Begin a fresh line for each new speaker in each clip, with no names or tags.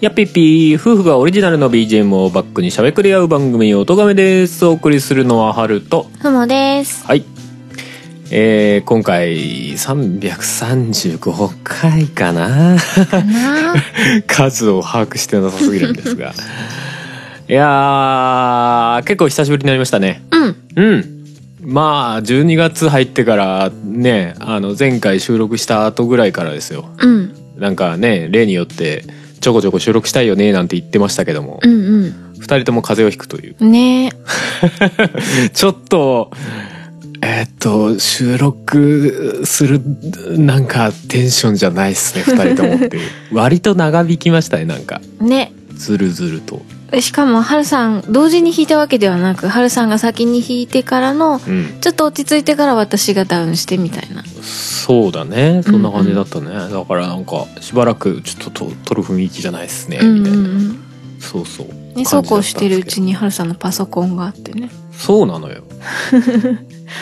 やっぴっぴー夫婦がオリジナルの BGM をバックにしゃべくり合う番組「おとがめ」ですお送りするのはハルと
ふもです。
はいえー、今回335回かな
かな
数を把握してなさすぎるんですがいやー結構久しぶりになりましたね
うん。
うんまあ12月入ってからねあの前回収録した後ぐらいからですよ
うん。
なんかね例によってちょこちょこ収録したいよねなんて言ってましたけども、
うん
二人とも風邪をひくという。
うん。ね
ちょっと、えーっと、収録する、なんかテンションじゃないっすね、二人ともって いう。割と長引きましたね、なんか。
え。ね。
ずるずると。
しかも、はるさん、同時に弾いたわけではなく、はるさんが先に弾いてからの、
うん。
ちょっと落ち着いてから私がダウンしてみたいな。
そうだね。そんな感じだったね。だからなんか、しばらくちょっとと撮る雰囲気じゃないっすね、
うん
み
う
た
ん
いうな。
ん。
そうそう。
ね、そうこうしてるうちにはるさんのパソコンがあってね。
そうなの よ。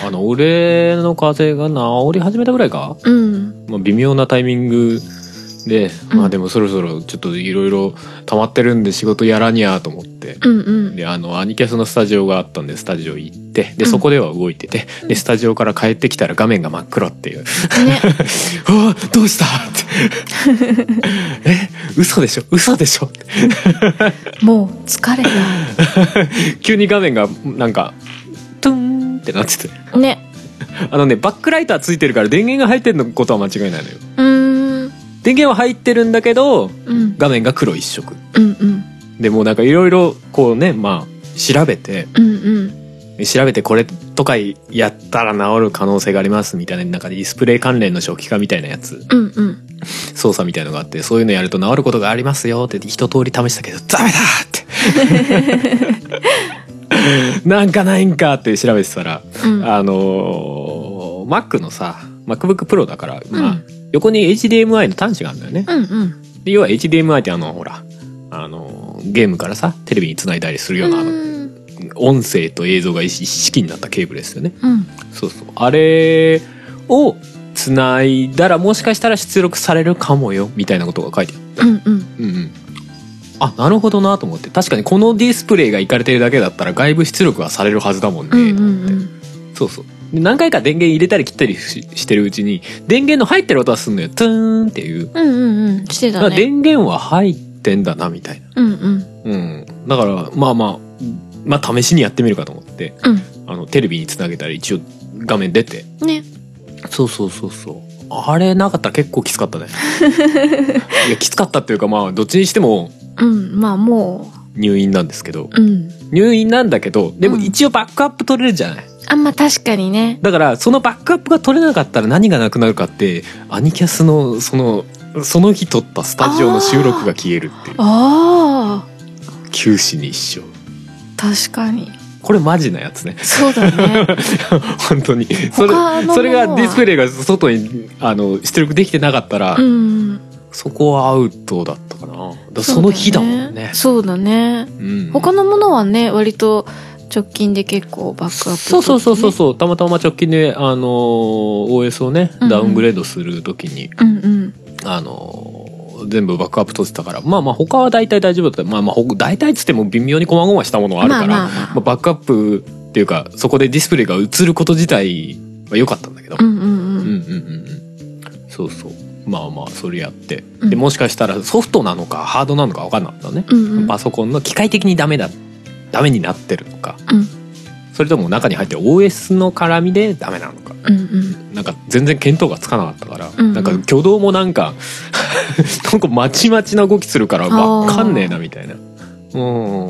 あの、俺の風邪が治り始めたぐらいか
うん。
まあ、微妙なタイミングで、
うん
まあでもそろそろちょっといろいろ溜まってるんで仕事やらにゃと思って。
うんうん。
で、あの、アニキャスのスタジオがあったんで、スタジオ行って、で、
うん
そこでは動いてて、で、スタジオから帰ってきたら画面が真っ黒っていう。
ね。
うわどうしたって。 え嘘でしょ嘘でしょ
もう、疲れ
急に画面が、なんか、トゥーンってなってて。
た。ね。
あのね、バックライターついてるから電源が入ってるのことは間違いないのよ。
うーん。
電源は入ってるんだけど、
うん。
画面が黒一色。
うんうん。
でもうなんかいろいろこうねまあ調べて
うんうん。
調べてこれとかやったら治る可能性がありますみたいななんかディスプレイ関連の初期化みたいなやつ
うんうん。
操作みたいのがあってそういうのやると治ることがありますよって一通り試したけどダメだって なんかないんかって調べてたら、
うん。
あのー Mac のさ MacBookPro だから、まあ
うん
横に HDMI の端子があるんだよね、
うんうん。
で要は HDMI ってあのほらあのーゲームからさテレビにつないだりするようなあの
うん
音声と映像が一式になったケーブルですよね
うん。
そうそうあれをつないだらもしかしたら出力されるかもよみたいなことが書いてある
うん
う
うん。
んうんあなるほどなと思って確かにこのディスプレイがいかれてるだけだったら外部出力はされるはずだもんね、
うんう
と思っ
ん
てそうそうで何回か電源入れたり切ったりししてるうちに電源の入ってる音はすんのよトゥーンっていう、
うんうんうんして
ま
た
あ
ね
電源は入ってんだなみたいな
うんうん
うんだからまあまあまあ試しにやってみるかと思って
う
あのテレビにつなげたら一応画面出て
んね
そうそうそうそうあれなかったら結構きつかった ねいやきつかったっていうかまあどっちにしても
うんまあも
入院なんですけど
ううん
入院なんだけどでも
うん
一応バックアップ取れるじゃない、
あんま確かにね
だからそのバックアップが取れなかったら何がなくなるかってアニキャスのそのその日撮ったスタジオの収録が消えるっていう
ああ
九死に一生
確かに
これマジなやつね
そうだね
本当にそれ
他のものは
それがディスプレイが外にあの出力できてなかったら、
うん
そこはアウトだったかな。だからその日だもんね。
そうだね
うん、
他
の
のものはね割と直近で結構バックアップ
そうそうそうそうそう。たまたま直近で、あのー OS をね
うんう、ん
ダウングレードするときに、
うんうん
あのー全部バックアップ取ってたから、まあまあ他は大体大丈夫だった。まあまあ、ほ大体つっても微妙に細々したものはあるから、まあ
まあまあまあ
バックアップっていうか、そこでディスプレイが映ること自体は良かったんだけど。
うんうん
うん
う
う
ん
んうんうん。そうそう。まあまあ、それやって。
うん
で、もしかしたらソフトなのかハードなのか分かんなかったね。
うんうん
パソコンの機械的にダメだダメになってるのか
うん
それとも中に入ってる OS の絡みでダメなのか
うんうん
なんか全然見当がつかなかったから、
うんうん
なんか挙動もなんか なんかまちまちな動きするからわかんねえなみたいなうん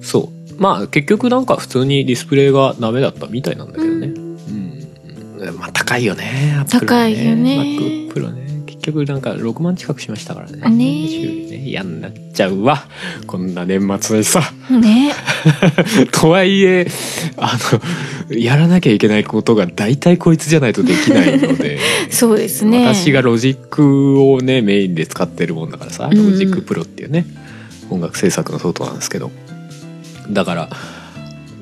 そうまあ結局なんか普通にディスプレイがダメだったみたいなんだけどねうん、まあ高いよね Apple
高いよね
MacBook ね結結局なんか6万近くしましたからね。
ねえ
修理ね嫌になっちゃうわ。こんな年末にさ。
ね。
とはいえ、あの、やらなきゃいけないことが大体こいつじゃないとできないので。
そうですね。
私がロジックをねメインで使ってるもんだからさ、
うんうん
ロジックプロっていうね音楽制作のソフトなんですけどだから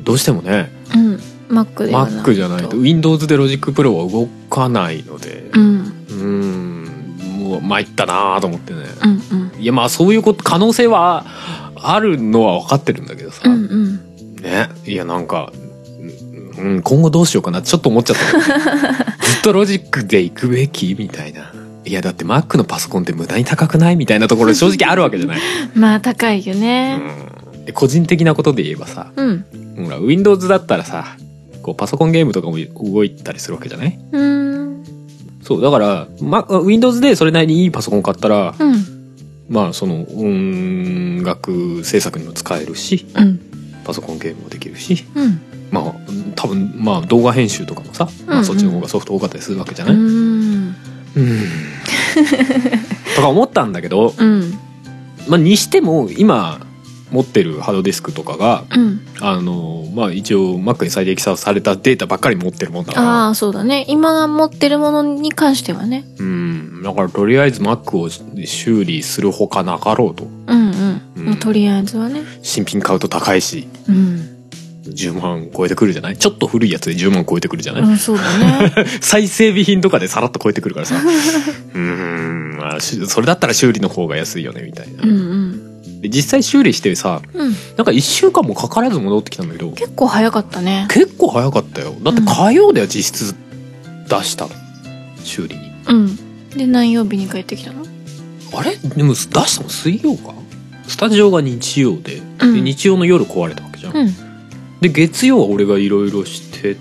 どうしてもね
うん。Mac ではなく
Mac じゃないと Windows でロジックプロは動かないので
うん。うん
うーんもう参ったなあと思ってね
うん。
いやまあそういうこと可能性はあるのは分かってるんだけどさ、
うんうん。
ねいやなんかうんうん今後どうしようかなってちょっと思っちゃ ったけどずっとロジックで行くべきみたいないやだって Mac のパソコンって無駄に高くないみたいなところ正直あるわけじゃない、
まあ高いよね。
うん、で個人的なことで言えばさ
うん。
ほら Windows だったらさこうパソコンゲームとかも動いたりするわけじゃない
うん。
そうだから、ま、Windows でそれなりにいいパソコン買ったら、
うん。
まあその音楽制作にも使えるし
うん。
パソコンゲームもできるし
うん。
まあ多分まあ動画編集とかもさ、
うん
ま
うん
あ、そっちの方がソフト多かったりするわけじゃ
う
ない、うん、
ん。
とか思ったんだけど、
うん。
まあ、にしても今持ってるハードディスクとかが
うん。
あのまあ一応 Mac に最適化されたデータばっかり持ってるもんだから
ああ、そうだね。今持ってるものに関してはね。
うんだからとりあえず Mac を修理するほかなかろうと
うん
う
うんん。まあとりあえずはね。
新品買うと高いし
うん。
10万超えてくるじゃないちょっと古いやつで10万超えてくるじゃない、
うん、そうだ ね。
再整備品とかでさらっと超えてくる からさうーん、まあ、しそれだったら修理の方が安いよねみたいな、
うんうん。
で実際修理してさ
うん。
なんか1週間もかからず戻ってきたんだけど
結構早かったね。
結構早かったよだって火曜では実質出したの修理に
うん。で、何曜日に帰ってきたの
あれでも出したの水曜かスタジオが日曜で,で、
うん
日曜の夜壊れたわけじゃん、
うん。
で月曜は俺がいろいろして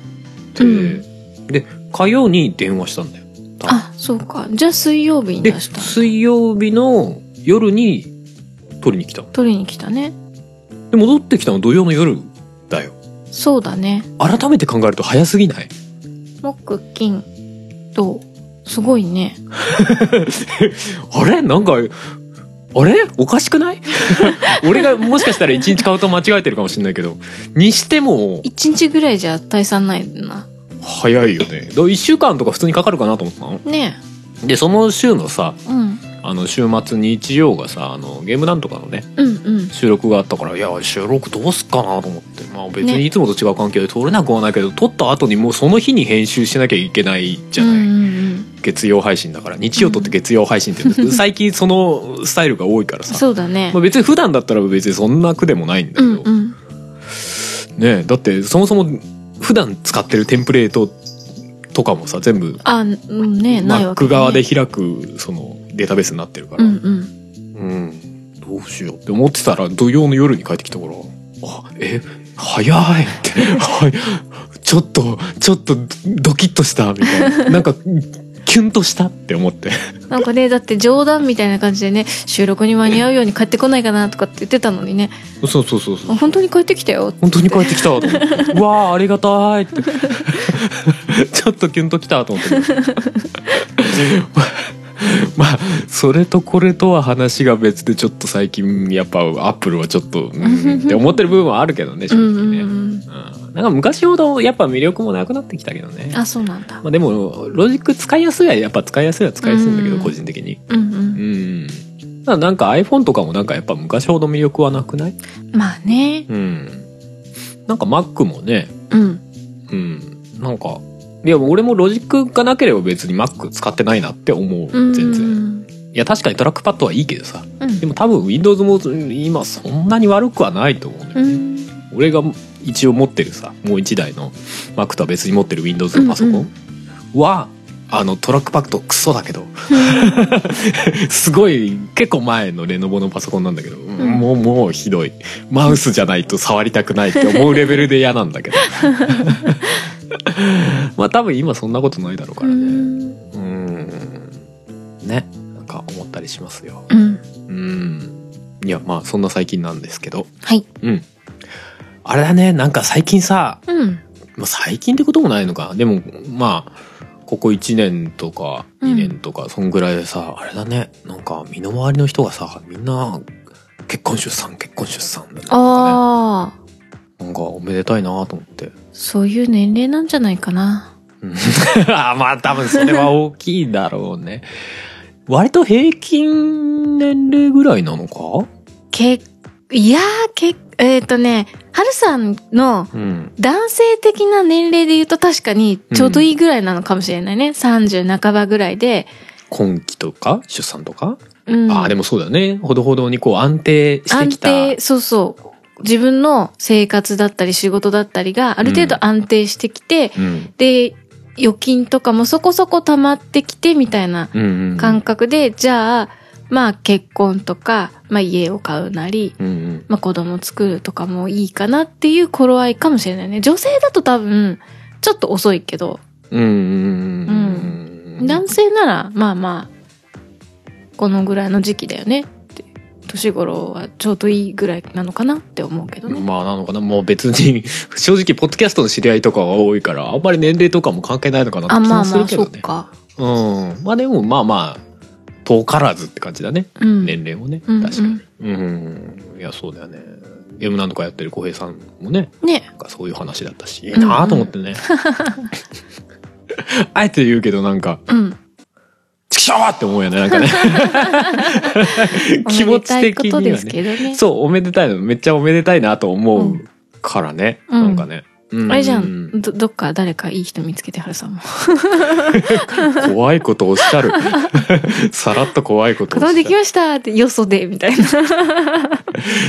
て、
う
で火曜に電話したんだよ多分
あ、そうか。じゃあ水曜日に
で
出した。
水曜日の夜に取りに来たの
取りに来たね。
で戻ってきたの土曜の夜だよ
そうだね。
改めて考えると早すぎない
木、金、銅。すごいね。
あれなんかあれおかしくない 俺がもしかしたら1日買うと間違えてるかもしれないけどにしても
一日ぐらいじゃ退散ないな。
早いよねだ1週間とか普通にかかるかなと思ってたの
ね
でその週のさ
え。うん。
あの週末日曜がさあのゲームなんとかのね
うんうん。
収録があったからいや収録どうすっかなと思ってまあ別
ね
にいつもと違う環境で撮れなくはないけど撮った後にもうその日に編集しなきゃいけないじゃない、
うんうんうん。
月曜配信だから日曜撮って月曜配信って、う 最近そのスタイルが多いからさ、
そうだね
まあ、。別に普段だったら別にそんな苦でもないんだけ
う
ど、
んうん。
ねえだってそもそも普段使ってるテンプレートとかもさ全部
あ、うんねえ、ないわけ、
Mac
ね。
側で。開くそのデータベースになってるから、
うんうん。
うんどうしようって思ってたら土曜の夜に帰ってきたからあえ早いってはいちょっとちょっとドキッとしたみたいななんかキュンとしたって思って
なんかね、だって冗談みたいな感じでね、収録に間に合うように帰ってこないかなとかって言ってたのにね、
そうそうそうそう
あ本当に帰ってきたよ。
本当に帰ってきたと思ってうわあありがたいってちょっとキュンときたと思ってまあそれとこれとは話が別でちょっと最近やっぱアップルはちょっとうんって思ってる部分はあるけどね正
うん
直
うん
ね、
うん。
うんなんか昔ほどやっぱ魅力もなくなってきたけどね。
あ、そうなんだ。
まあ、でも、ロジック使いやすいはやっぱ使いやすいは使いやすいんだけど、
うん
個人的に。
うんう。
うんん。ただなんか iPhone とかもなんかやっぱ昔ほど魅力はなくない
まあね。
うん。なんか Mac もね、
うん。
うん。なんか、いや俺もロジックがなければ別に Mac 使ってないなって思う。
うん。
全然。いや確かにトラックパッドはいいけどさ。
うん
で。も多分 Windows も今そんなに悪くはないと思うんだよね。
うん。
俺が一応持ってるさもう一台の Mac とは別に持ってる Windows のパソコンは、あのトラックパッドクソだけど すごい結構前のレノボのパソコンなんだけど、もうもうひどいマウスじゃないと触りたくないって思うレベルで嫌なんだけ どまあ多分今そんなことないだろうからねうんねなんか思ったりしますよ
うん。
うんいやまあそんな最近なんですけど
はい。
うん。あれだね、なんか最近さ、
うん。
まあ、最近ってこともないのか。でも、まあ、ここ1年とか
うん
2年とか、そんぐらいでさ、あれだね、なんか身の回りの人がさ、みんな、結婚出産、結婚出産なんか
あ
ね、
あ、
なんかおめでたいなと思って。
そういう年齢なんじゃないかな。
うん あまあ多分それは大きいだろうね。割と平均年齢ぐらいなのか
け、いやー、け、えっ、とね、はるさんの
うん。
男性的な年齢で言うと確かにちょうどいいぐらいなのかもしれないね。30半ばぐらいで。
今期とか出産とか、
うん。
ああ、でもそうだよね。ほどほどにこう安定して
安
きた。
定、そうそう。自分の生活だったり仕事だったりがある程度安定してきて、
うん。
で、預金とかもそこそこ溜まってきてみたいな
うんうんうん。
感覚で、じゃあ、まあ結婚とか、まあ家を買うなり、
うんうん。
まあ子供作るとかもいいかなっていう頃合いかもしれないね。女性だと多分、ちょっと遅いけど、
うんうんうんうん。
男性なら、まあまあ、このぐらいの時期だよねって、年頃はちょうどいいぐらいなのかなって思うけどね。
まあなのかなもう別に、 正直、ポッドキャストの知り合いとかが多いから、あんまり年齢とかも関係ないのかなって
あ、
気
まあ
もす
ま
る
あ、
け
そ
ど
う
ね。
か。
うん。まあでも、まあまあ、遠からずって感じだね。
うん。
年齢もね。
うんうん
確かに。うん。いや、そうだよね。ゲームなんとかやってる浩平さんもね、
ね。
なんかそういう話だったし、いいなぁと思ってね。 あえて言うけどなんか、
うん。
ちくしょうって思うよね、なんか ね。 気持ち的に
お
は
めでたいこと
ね
ですけどね。
そう、おめでたいの、めっちゃおめでたいなと思ううんからね。
うん
なんかね。う
あれじゃ、
うん
ど、どっか誰かいい人見つけてはるさんも。
怖いことおっしゃる。 さらっと怖いこと
子
おっ
供
し
で
ゃ
き
る。
ましたって、よそで、みた いな。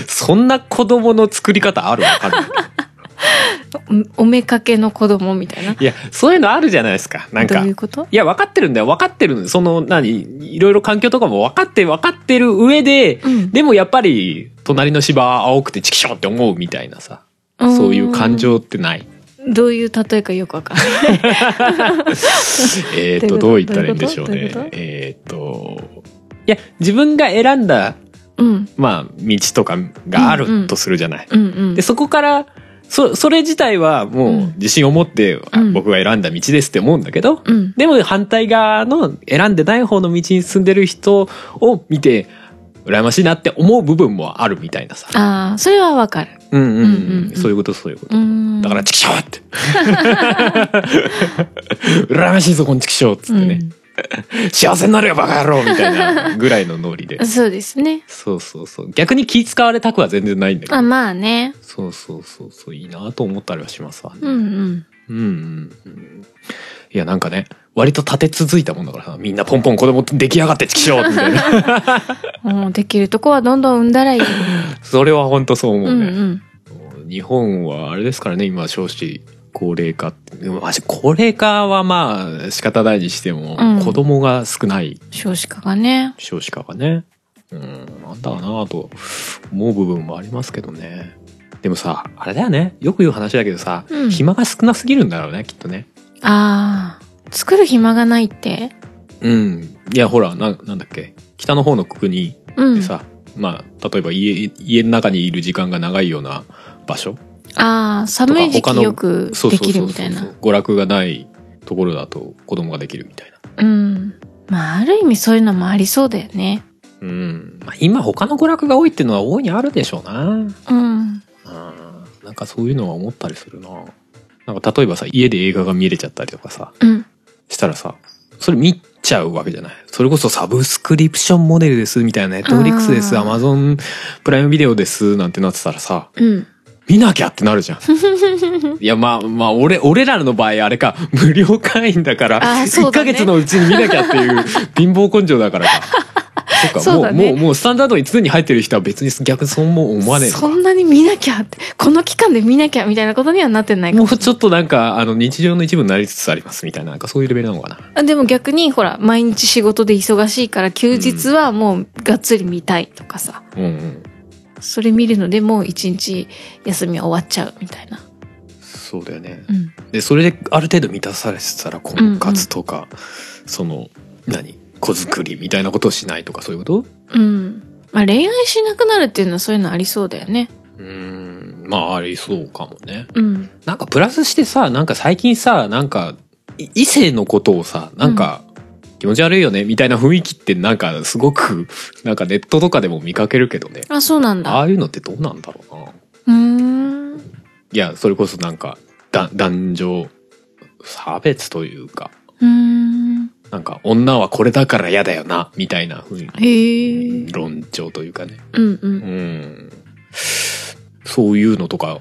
そんな子供の作り方あるある。
おおめかけの子供みたいな。
いや、そういうのあるじゃないですか。なん
ど
か。
うい
いう
こと
や、分かってるんだよ。分かってるの。その、何、いろいろ環境とかも分かって、分かってる上で、
うん
でもやっぱり、隣の芝青くてチキショーって思うみたいなさ。そういう感情ってない。
どういう例えかよくわかんない。
えっと、ど
ど
う
う
言
いうこと
ったらいいんでしょう
どういう
ね
ことどういう。こ
えっと、いや、自分が選んだ、
うん。
まあ、道とかがあるとするじゃない。
うんうん
で、。そこから、そ、それ自体はもう
うん
自信を持って、あ
うん
僕が選んだ道ですって思うんだけど、
うん。
でも反対側の選んでない方の道に進んでる人を見て、羨ましいなって思う部分もあるみたいなさ。
ああ、それはわかる。
うんうん
うん
うん
う。ん
そういうことそういうこと。
うん。
だから、チキショーって。 羨ましいぞ、このチキショーっつってね。幸せになるよ、バカ野郎みたい なぐらいのノリで
うん。。そうですね。
そうそうそう。逆に気使われたくは全然ないんだけ
あ、
ど。
まあね。
そうそうそうそう、いいなと思ったりはしますわね。
うんうん。
うんうんうん。いや、なんかね、割と立て続いたもんだからさ、みんなポンポン子供出来上がってチキショーみたい な。
もうできるとこはどんどん産んだ らいい。
それは本当そう思
う
うん
う
ね。
ん。
日本はあれですからね、今少子高齢化って。でもまあ高齢化はまあ仕方ないにしても、
うん
子供が少ない
少子化がね。
少子化がね。うん、なんだかなと思う部分もありますけどね。でもさ、あれだよね。よく言う話だけどさ、
うん
暇が少なすぎるんだろうね、きっとね。
ああ。作る暇がないって。
うん。いや、ほら、な、なんだっけ。北の方の国
う
で
ん。
さ、まあ、例えば家、家の中にいる時間が長いような場所。
ああ、寒い時
他の
期よく
そうそうそ
で
う
き
そ
る
う
みたいな。
娯楽がないところだと子供ができるみたいな。
うん。まあ、ある意味そういうのもありそうだよね。
うん。まあ、今他の娯楽が多いっていうのは大いにあるでしょうな。
うん。
うんなんかそういうのは思ったりするな。なんか例えばさ、家で映画が見れちゃったりとかさ、
うん。
したらさ、それ見ちゃうわけじゃない。それこそサブスクリプションモデルですみたいな、ネットフリックスです、ア
あ
マ
ー
ゾンプライムビデオですなんてなってたらさ、
うん。
見なきゃってなるじゃん。 いや、まあまあ、俺、俺らの場合あれか、無料会員だから、
あーそ
1
うだ
ヶ
ね
月のうちに見なきゃって いう貧乏根性だからか。そっか、
そう
もう、
だね
もう、もうスタンダードに常に入ってる人は別に逆にそうも思わねえのか
そんなに見なきゃって、この期間で見なきゃみたいなことにはなってないか
も
も
うちょっとなんか、あの、日常の一部になりつつありますみたいな、なんかそういうレベルなのかな。
あでも逆にほら毎日仕事で忙しいから休日はもうがっつり見たいとかさ、
うんうん。
それ見るのでもう一日休みは終わっちゃうみたいな、
そうだよね。
うん、
で、それである程度満たされてたら、婚活とか、その、何子作りみたいなことをしないとか、そういうこと
うんまあ恋愛しなくなるっていうのはそういうのありそうだよね
うーん、まあ、ありそうかもね。
うん
なんかプラスしてさ、なんか最近さ、なんか、い異性のことをさなんか気持ち悪いよねみたいな雰囲気ってなんかすごくなんかネットとかでも見かけるけどね
あそうなん
あ
だ
あいうのってどうなんだろうな
うーん
いやそれこそなんかだ男女差別というか
うーん
なんか女はこれだから嫌だよなみたいな風
へえ
に論調というかね
うんう
うんんそういうのとか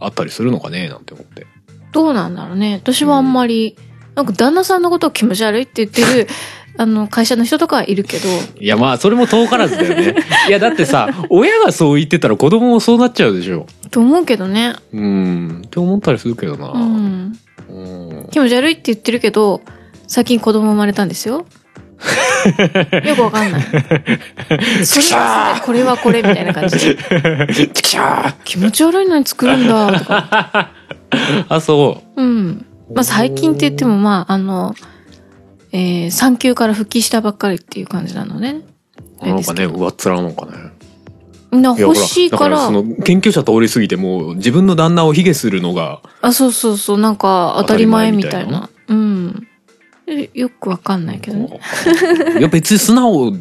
あったりするのかねなんて思って
どうなんだろうね私はあんまりなんか旦那さんのことを気持ち悪いって言ってるあの会社の人とかはいるけど
いやまあそれも遠からずだよ ねいやだってさ親がそう言ってたら子供もそうなっちゃうでしょ
と思うけどね
うんって思ったりするけど
う
な、
ん
うん、
気持ち悪いって言ってるけど最近子供生まれたんですよよくわかんないそれはそれこれはこれみたいな感じで
ちくしょー
気持ち悪いのに作るんだとか
あそ
うんまあ最近って言ってもまああのえー、産休から復帰したばっかりっていう感じなのね
うなんかね上っ面なのかね
な
や
欲しいか
ほ
ら
だからその研究者通り過ぎてもう自分の旦那を卑下するのが
あそうそうそうなんか当たり前みたいな
当
うんえよくわかんないけどね
いや別に素直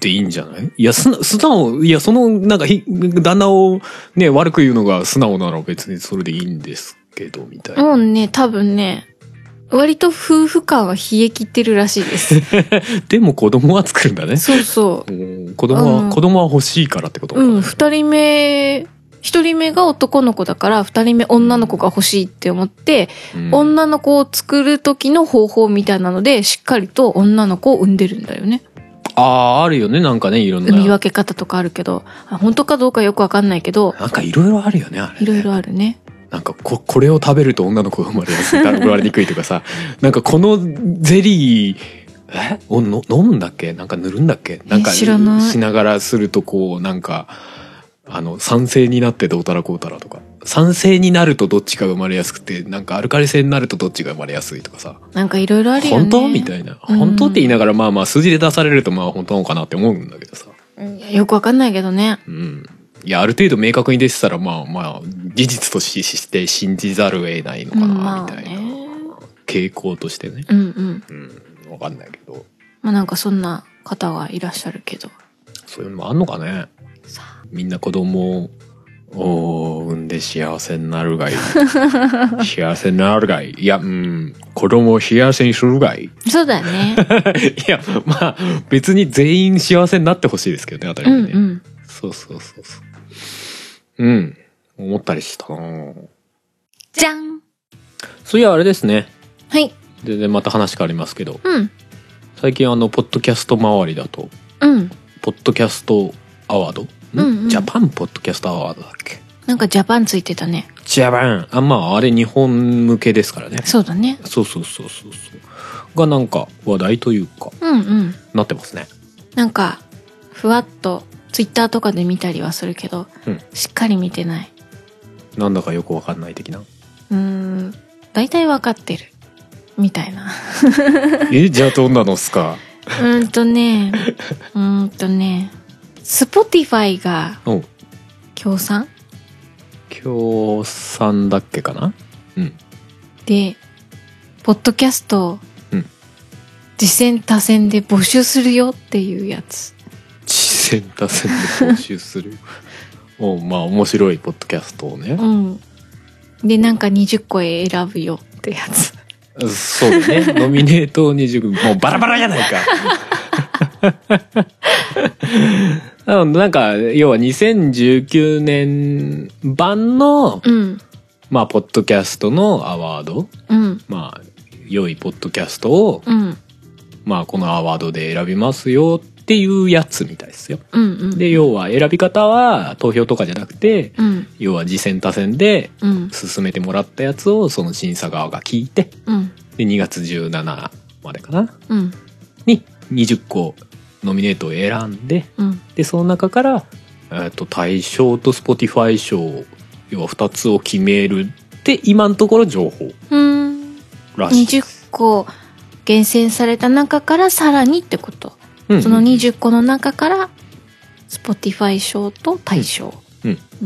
でいいんじゃないいや素直素直いやそのなんかひ旦那をね悪く言うのが素直なら別にそれでいいんですけどみたいな、
もうね多分ね割と夫婦間は冷え切ってるらしいです
でも子供は作るんだね
そうそ
うん子供は、
うん
子供は欲しいからってこと
う。うん、二人目、一人目が男の子だから、二人目女の子が欲しいって思って、
うん
女の子を作る時の方法みたいなので、しっかりと女の子を産んでるんだよね。
あああるよねなんかねいろんな
産み分け方とかあるけど、あ本当かどうかよくわかんないけど、
なんかいろいろあるよねあれ
いろいろあるね。
なんかここれを食べると女の子が生まれやすい生まれにくいとかさなんかこのゼリーえおの飲むんだっけなんか塗るんだっけなんか
知らない
しながらするとこうなんかあの酸性になってどうたらこうたらとか酸性になるとどっちが生まれやすくてなんかアルカリ性になるとどっちが生まれやすいとかさ
なんかいろいろあるよね。
本当みたいな
うん
本当って言いながらまあまあ数字で出されるとまあ本当なのかなって思うんだけどさ
うんよくわかんないけどね。
うんいやある程度明確に出てたらまあまあ事実としして信じざるを得ないの
う
か
ん、
な
ま
み
あ
たいな、
ね。
傾向としてね
うんうん。
うんわかんないけど
まあなんかそんな方がいらっしゃるけど。
そういうのもあんのかね
さあ
みんな子供を産んで幸せになるがいい 幸せになるがいいいやうん子供を幸せにするがいい
そうだよね。
いやまあ別に全員幸せになってほしいですけどね当たり
う
前
ん
ね、
うん。
そうそうそうそううん思ったりしたな
じゃん
そういやあれですね
はい。
全然また話変わりますけど
うん。
最近あのポッドキャスト周りだと
うん。
ポッドキャストアワード、ん
うんうん
ジャパンポッドキャストアワードだっけ
なんかジャパンついてたね。
ジャパンあまああれ日本向けですからね
そうだね。
そうそうそうそうそうがなんか話題というか
うんうん。
なってますね
なんか、ふわっと、ツイッターとかで見たりはするけど、
うん
しっかり見てない。
なんだかよくわかんない的 な
うーん。大体わかってる。みたい な。
えじゃあどんなのっすか
うーんとね、うーんとね、スポティファイが
うん
協賛
協賛だっけかなうん
で、ポッドキャストを
うん、
実践多選で募集するよっていうやつ。
実践打線で募集す るおうまあ面白いポッドキャストをね、
うん。で、なんか20個選ぶよってやつ。
そうだね。ノミネート20、もうバラバラやないか。あのなんか、要は2019年版の、
うん。
まあ、ポッドキャストのアワード、
うん。
まあ、良いポッドキャストを、
うん。
まあ、このアワードで選びますよっていうやつみたいですよ。
うんうん。
で、要は選び方は投票とかじゃなくて、
うん。
要は次戦他戦で
うん。
進めてもらったやつをその審査側が聞いて、
うん。
で、2月17までかな。
うん。
に20個ノミネートを選んで
うん。
でその中から、えー、と大賞と Spotify 賞要は2つを決めるって今のところ情報
うん。
らしいです
20個厳選された中からさらにってこと。
うんうん
その20個の中から、Spotify 賞と大賞。
うん
う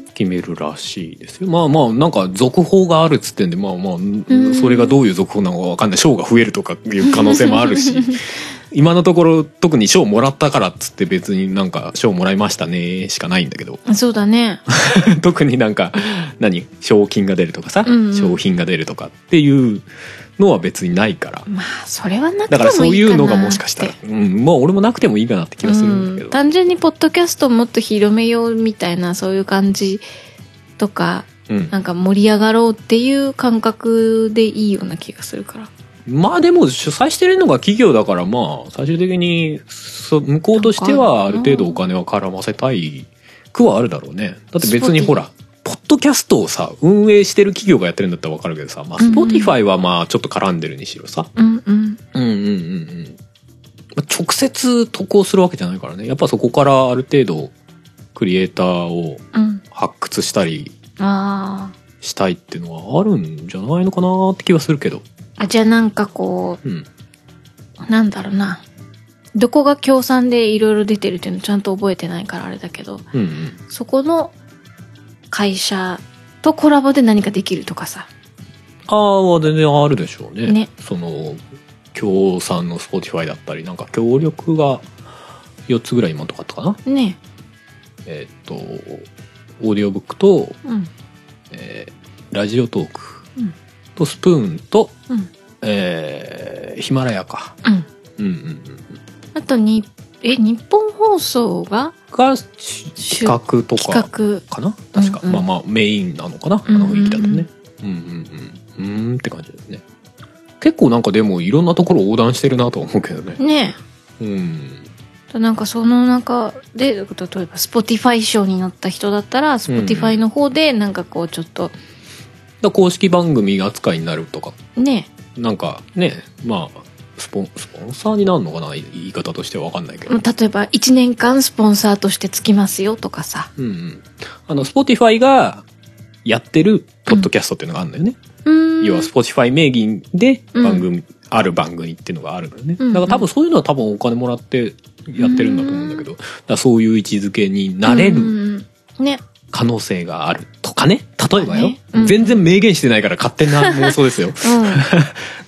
ん。
決めるらしいですよまあまあなんか続報があるっつってんでまあまあそれがどういう続報なのかわかんない賞が増えるとかいう可能性もあるし 今のところ特に賞もらったからっつって別になんか賞もらいましたねしかないんだけど
そうだ ね。
特になんか何賞金が出るとかさ、
うんうん
賞品が出るとかっていうのは別にないから
まあ、それはなくてもいいかなって。
だからそういうのがもしかしたらうんまあ俺もなくてもいいかなって気がするんだ
う
け
ん
ど、
単純にポッドキャストをもっと広めようみたいなそういう感じとか
うん
なんか盛り上がろうっていう感覚でいいような気がするから
まあでも主催してるのが企業だからまあ最終的にそ向こうとしてはある程度お金は絡ませたいくはあるだろうねだって別に
Spotify
ほらポッドキャストをさ運営してる企業がやってるんだったらわかるけどさまあ
うんうん
Spotify はまあちょっと絡んでるにしろさ
うんうん
うんうんうんうんまあ直接渡航するわけじゃないからねやっぱそこからある程度クリエイターを
うん
発掘したり
あー
したいっていうのはあるんじゃないのかなって気はするけど
あじゃあなんかこ
うん
うなんだろうなどこが協賛でいろいろ出てるっていうのちゃんと覚えてないからあれだけど
うんうん
そこの会社とコラボで何かできるとかさ
ああは全然あるでしょうね
ね
その協賛の Spotify だったりなんか協力が4つぐらい今のとかあったかな
ね
えーっとオーディオブックと、
うん
えーラジオトーク、
うん
とスプーンと、
うん
えーヒマラヤか
うん
うんうんうん
あとにえ日本放送が
がし
主
企画とか
企画
かな確か、
うんうん
まあまあメインなのかなあ
うんうんうん
の雰囲気だとねうんうんうんうーんって感じですね結構なんかでもいろんなところ横断してるなと思うけどね
ね
うん
えなんかその中で例えば Spotify 賞になった人だったら Spotify の方でなんかこうちょっと
だ公式番組扱いになるとか
ね
なんかねまあスポンスポンサーになるのかな言い方としては分かんないけ
え
ど、
もう例えば1年間スポンサーとしてつきますよとかさ
うんうん、あの Spotify がやってるポッドキャストっていうのがあるんだよね、
うーん
要は Spotify 名義で
うん
番組、ある番組っていうのがあるのよね、
うんうん
だから多分そういうのは多分お金もらってやってるんだと思うんだけど、だからそういう位置づけになれ
うん
る
うんうんね
可能性があるとかね例えばよ、
ねうん
全然明言してないから勝手な妄想 ですよ
うん
っ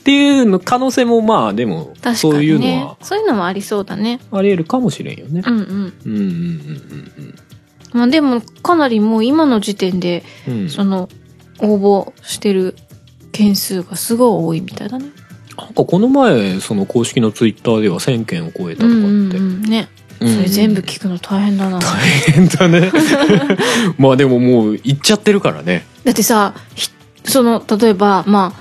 ていうの可能性もまあでも
確かにね
そういうのは
そういうのもありそうだね
あり得るかもしれんよね
う。んう
う
ん
んうんうん
まあでもかなりもう今の時点で
うんうん。
その応募してる件数がすごい多いみたいだね
なんかこの前その公式のツイッターでは1000件を超えたとかって。
うんうんうんねそ
うんうん
れ全部聞くの大変だな
大変だ ね。まあでももう行っちゃってるからね。
だってさひその例えばま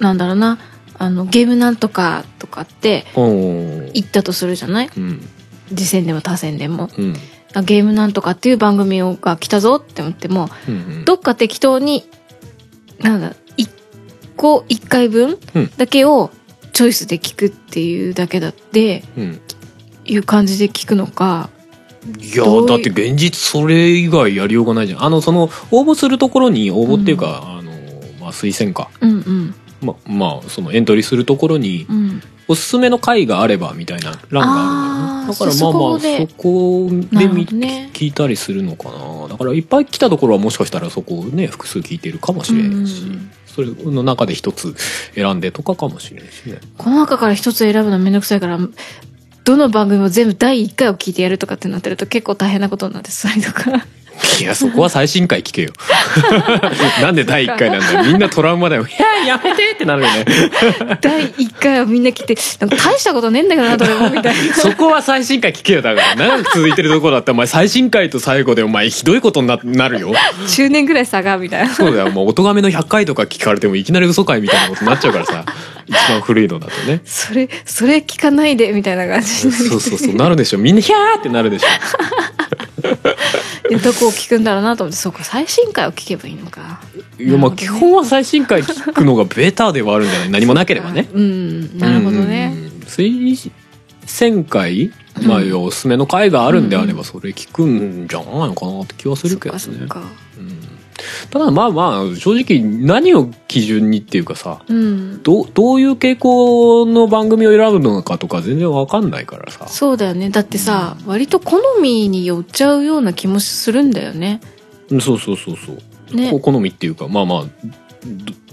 あなんだろうなあのゲームなんとかとかって
うん。
行ったとするじゃない
うん。
次戦でも他戦でも
うん。
あゲームなんとかっていう番組が来たぞって思っても
うん。
どっか適当になんだ1個1回分
うん
だけをチョイスで聞くっていうだけだって
うん。
いう感じで聞くのか
いや
どういう
だって現実それ以外やりようがないじゃん。あのその応募するところに応募っていうか、あのまあ推薦か。
うんうん
ままあそのエントリーするところに
うん
おすすめの回があればみたいな欄があるんだよね
あー
だからまあまあ
そこで
そこ
な
で
るほ
見
どね
聞いたりするのかなだからいっぱい来たところはもしかしたらそこをね複数聞いてるかもしれんし、
うんうん
それの中で一つ選んでとかかもしれんしね
この中から一つ選ぶのめんどくさいから、どの番組も全部第1回を聞いてやるとかってなってると結構大変なことになってそう とか。
いやそこは最新回聞けよ なんで第一回なんだよみんなトラウマだよいややめてってなるよね
第1回をみんな聞いて、なんか大したことねえんだけどな、どれも、みたいな。
そこは最新回聞けよだから長く続いてるところだったらお前最新回と最後でお前ひどいことにななるよ
中年ぐらい差が、みたいな。
そうだよ、もう、お咎めの100回とか聞かれても、いきなり嘘回みたいなことになっちゃうからさ、一番古いのだとね。
それ、それ聞かないで、みたいな感じになる。
そうそうそう、なるでしょ。みんな、ひゃーってなるでしょ。
いやどこを聞くんだろうなと思って、そうか、最新回を聞けばいいのか。
いや、まあ、
なるほどね
基本は最新回聞くのがベターではあるんじゃない何もなければね。
うん、なるほど
うん
ね。
うんうん。推薦回まあ、おすすめの回があるんであれば、それ聞くんじゃないのかなって気はす
そ
る
っ
けど
か
ね。
そっか。
うんただ、まあまあ、正直、何を基準にっていうかさ、
うん。
どうどういう傾向の番組を選ぶのかとか全然わかんないからさ。
そうだよね。だってさ、割と好みによっちゃうような気もするんだよね。
うんそうそうそうそう、
ね
こ好みっていうかまあまあ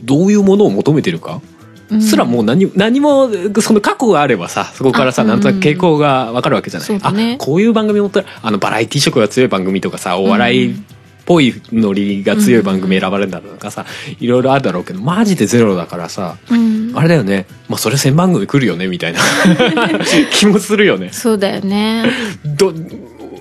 どどういうものを求めてるか
うん
すらもう何,、何もその過去があればさそこからさ
あ
なんとなく
うん
傾向がわかるわけじゃない、
そうだね
あこういう番組持ったらあのバラエティ色が強い番組とかさお笑いっぽいノリが強い番組選ばれるんだとかさ、いろいろあるだろうけどマジでゼロだからさ
うん
あれだよね、まあ、それ1,000番組来るよねみ たいな気もするよね。
そうだよね
ど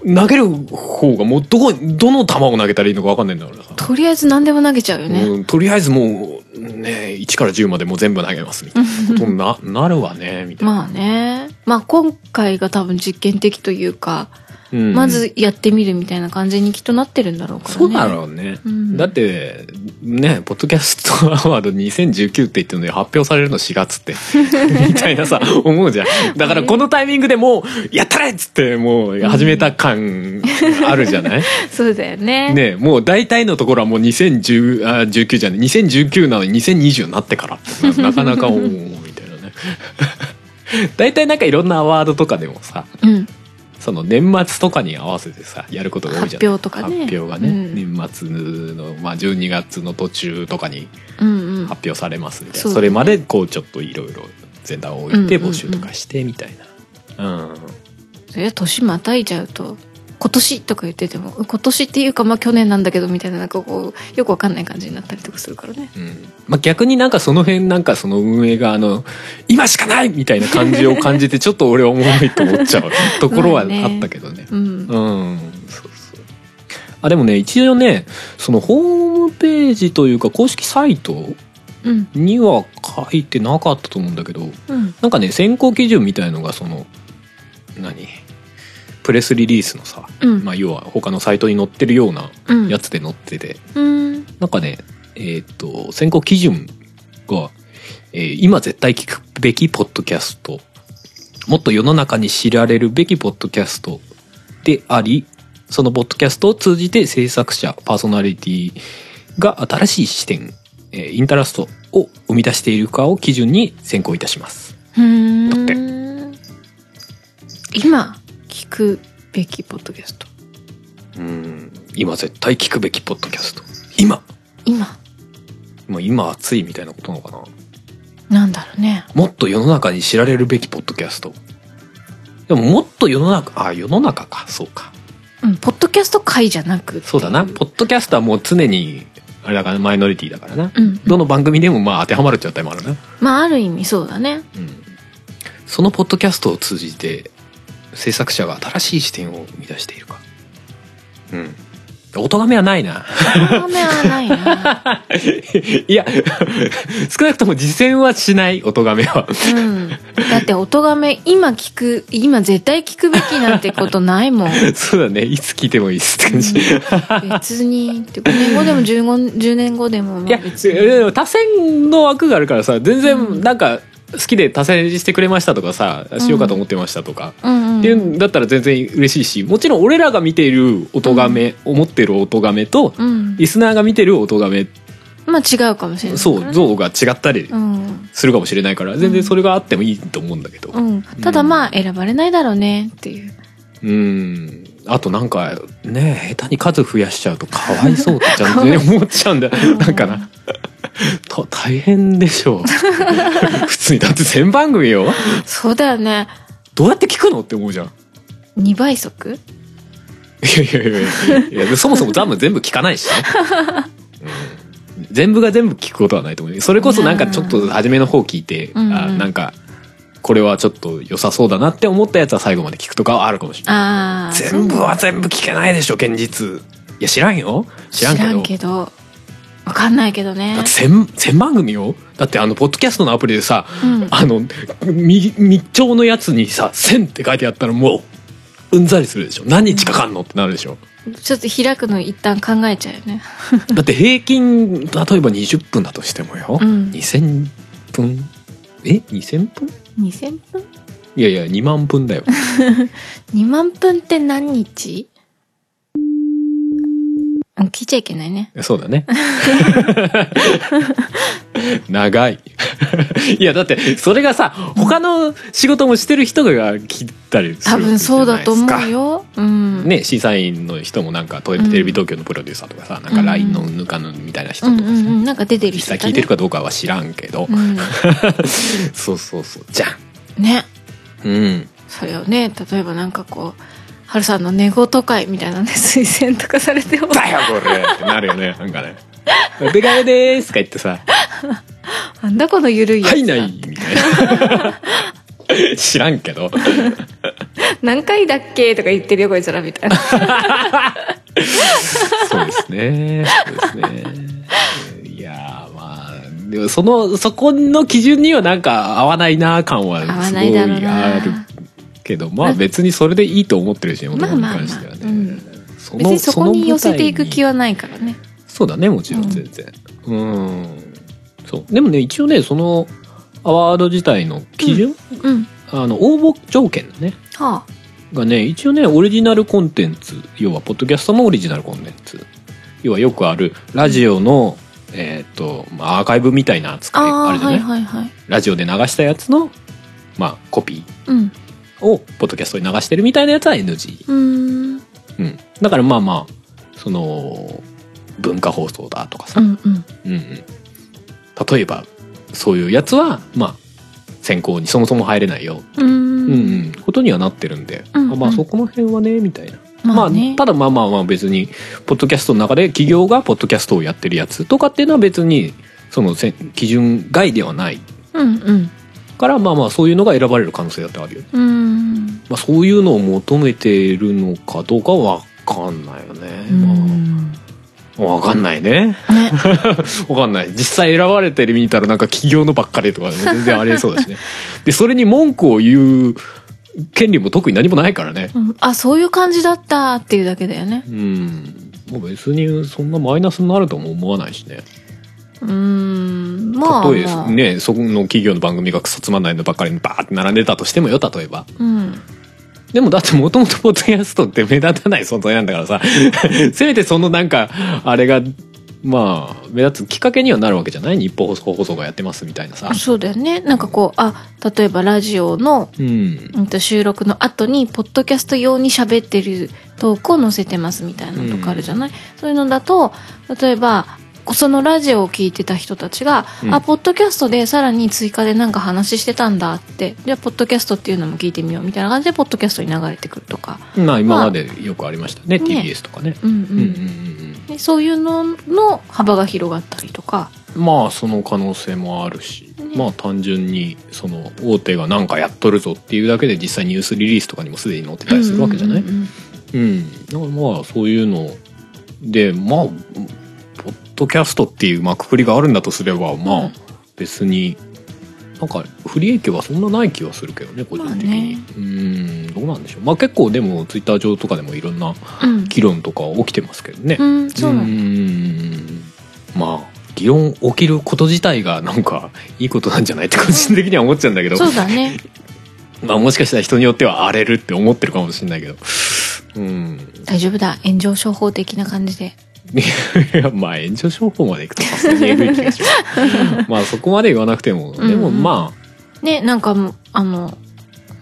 投げる方がもうどこどの球を投げたらいいのか分かんないんだからさ、
とりあえず何でも投げちゃうよね
うんとりあえずもうね1から10までもう全部投げますみたいなことにな なるわねみたいな、
まあねまあ今回が多分実験的というか、
うん
まずやってみるみたいな感じにきっとなってるんだろうからね
そうだろうね、
うん
だってねポッドキャストアワード2019って言ってるのに発表されるの4月って みたいなさ思うじゃんだからこのタイミングでもうやったれっつってもう始めた感あるじゃない、
そうだよね
ねえもう大体のところはもう2010あ19じゃない2019なのに2020になってから ってななかなかおおみたいなね 大体なんかいろんなアワードとかでもさ
うん
その年末とかに合わせてさやることが多いじゃない
発表とかね
発表がね、
うん
年末の、まあ、12月の途中とかに
うんうん
発表されますみたいな、
そう
そ
だね
れまでこうちょっといろいろ前段を置いて
うんうんう
募
ん
集とかしてみたいな、うん
それ年またいじゃうと今年とか言ってても今年っていうかまあ去年なんだけどみたいななんかこうよくわかんない感じになったりとかするからね
うんまあ、逆になんかその辺なんかその運営側の「今しかない!」みたいな感じを感じてちょっと俺は重いと思っ ちゃうところはあったけどね。
うん
うんそうそうあでもね一応ねそのホームページというか公式サイト
うん
には書いてなかったと思うんだけど
うん
なんかね選考基準みたいのがその何プレスリリースのさ、
うん
まあ、要は他のサイトに載ってるような
うん
やつで載ってて、
うん
なんかね、えーっと、選考基準が、えー今絶対聞くべきポッドキャスト、もっと世の中に知られるべきポッドキャストであり、そのポッドキャストを通じて制作者、パーソナリティが新しい視点、えーインタラストを生み出しているかを基準に選考いたします。
うーん今聞くべきポッドキャスト
うん、今絶対聞くべきポッドキャスト。今
今
もう今熱いみたいなことなのかな
なんだろうね
もっと世の中に知られるべきポッドキャスト。でももっと世の中、あ、世の中か、そうか。
うんポッドキャスト界じゃなく
そうだな。ポッドキャストはもう常に、あれだからマイノリティだからな。
うん
どの番組でもまあ当てはまるっちゃ当てはまるな。
まあある意味そうだね
うん。そのポッドキャストを通じて、制作者が新しい視点を生み出しているか。うん。お咎めはないな。
ラーメンはないな
いや、少なくとも実践はしない、お咎めは。
うんだって音がめ今聞く今絶対聞くべきなんてことないもん
そうだね。いつ聞いてもいいっすって感じ。
別にって5年後でも15 10年後でも
い
ま
や、
あ別に
でも多選の枠があるからさ、全
う
然
ん
なんか好きで多選してくれましたとかさ、しようかと思ってましたとか。
うん
っていうんだったら全然嬉しいし、もちろん俺らが見ている音がめ、思ってる音がめと、
うん
リスナーが見てる音がめ、
まあ違うかもしれない
そう、像が違ったり
うん
するかもしれないから、全然それがあってもいいと思うんだけど。
うんただまあ選ばれないだろうねっていう
うん。あとなんか、ね下手に数増やしちゃうとかわいそうってちゃんと ね思っちゃうんだよ。なんかな。と大変でしょう。 普通に。だって全番組よ。
そうだよね
どうやって聞くのって思うじゃん。い
2倍速
やいやいやいやいや、そもそもザム全部聞かないしね。うん全部が全部聞くことはないと思う。それこそなんかちょっと初めの方聞いて、
うん
あなんか、これはちょっと良さそうだなって思ったやつは最後まで聞くとかはあるかもしれない。
ああ
全部は全部聞けないでしょ現実いや知らんよ知らんけど
どわかんないけどね
だって千千番組よだってあのポッドキャストのアプリでさ、
うん
あのみ密帳のやつにさ「千」って書いてあったらもううんざりするでしょ何日かかんのってなるでしょ
ちょっと開くの一旦考えちゃうよね
だって平均例えば20分だとしてもよ、
うん
2000分え2000分
2000分
いやいや2万分だよ
2万分って何日うん聞いちゃいけないね。
そうだね。長い。いや、だって、それがさ、他の仕事もしてる人が来たりする
多分そうだと思
じゃないうですか。
よ。うん。
ね、審査員の人もなんかテレ
うん
ビ東京のプロデューサーとかさ、なんか LINE のぬかぬみたいな人
う
と
ん
か
う
さ、
んうん。なんか出てる
実際
人い
聞
たね
いてるかどうかは知らんけど、 そうそうそうじゃん
うん。ね。
うん
それをね、例えばなんかこう、はるさんの寝言会みたいなね、 推薦とかされても。
だよこれってなるよねなんかね「お手紙でーす」とか言ってさ
なんだこのゆる
「
いやつ
入んない」みたいな 知らんけど
何回だっけとか言ってるよこいつらみ たいな
そうですねそうですねいやーまあでもそのそこの基準にはなんか合わないなー感は
合わ
すご
ない
い
だろうな
あるけどまあ別にそれでいいと思ってるし
まあ
男に
まあまあ
関してはね、
うん
その
別にそこに寄せていく
その舞台に
気はないからね
そうだね、もちろ
うんん
全然。うん。そう。でもね、一応ね、その、アワード自体の基準、
うん
あの、応募条件ね、
はあ
がね、一応ね、オリジナルコンテンツ、要は、ポッドキャストもオリジナルコンテンツ。要は、よくある、ラジオの、えーっと、まあ、アーカイブみたいな扱い
あ
あ
あ
るじゃ
は
ない、
いはいはい
ラジオで流したやつの、まあ、コピ
うん
ーを、ポッドキャストに流してるみたいなやつは NG。
うーん
うん。だから、まあまあ、その、文化放送だとかさ
う、んうん
うんうん、例えばそういうやつはまあ選考にそもそも入れないよ、
うーん
うんうん、ことにはなってるんで、
うんうん
あまあそこの辺はねみたいな、
まあね、
ただまあまあまあ別にポッドキャストの中で企業がポッドキャストをやってるやつとかっていうのは別にそのせ基準外ではない
うんうん
からまあまあそういうのが選ばれる可能性だってあるよね、
うーん
まあ、そういうのを求めてるのかどうかわかんないよね、
うーんね
まあわかんないねわかんない実際選ばれてる見たらなんか企業のばっかりと か全然ありえそうだしねでそれに文句を言う権利も特に何もないからね
うんあそういう感じだったっていうだけだよね
うんもう別にそんなマイナスになるとも思わないしね
うーんまあ
例え
まあ
ねそこの企業の番組がクソつまんないのばっかりにバーって並んでたとしてもよ例えば
うん
でもだってもともとポッドキャストって目立たない存在なんだからさ せめてそのなんかあれがまあ目立つきっかけにはなるわけじゃない日本放送放送がやってますみたいなさ
そうだよねなんかこうあ例えばラジオの
うん
うんと収録の後にポッドキャスト用に喋ってるトークを載せてますみたいなのとかあるじゃない、そういうのだと例えばそのラジオを聞いてた人たちが、
うん
あポッドキャストでさらに追加でなんか話してたんだってじゃあポッドキャストっていうのも聞いてみようみたいな感じでポッドキャストに流れてくるとか、
まあ今までよくありましたね、
ね
TBS とかね。
うんう
うん
ん
うんうん
でそういうのの幅が広がったりとか
うん、まあその可能性もあるし、
ね
まあ単純にその大手がなんかやっとるぞっていうだけで実際ニュースリリースとかにもすでに載ってたりするわけじゃない、
うんうんうんうん
うん、だからまあそういうのでまあポッドキャストっていうまあくくりがあるんだとすればま
う
あ
ん
別になんか不利益はそんなない気はするけどね個人的に、うんどうなんでしょうまあ結構でもツイッター上とかでもいろんな
うん
議論とか起きてますけどね、
うんそうな
うー
んだ
んまあ議論起きること自体がなんかいいことなんじゃないって個人的には思っちゃうんだけど、
そうだね
まあ、もしかしたら人によっては荒れるって思ってるかもしれないけどうん
大丈夫だ炎上商法的な感じで
いや まあ炎上商法までいくとさすがにエグい気がし ますまあそこまで言わなくてもでも
うんうん
まあ
ね、なんかもう、あの、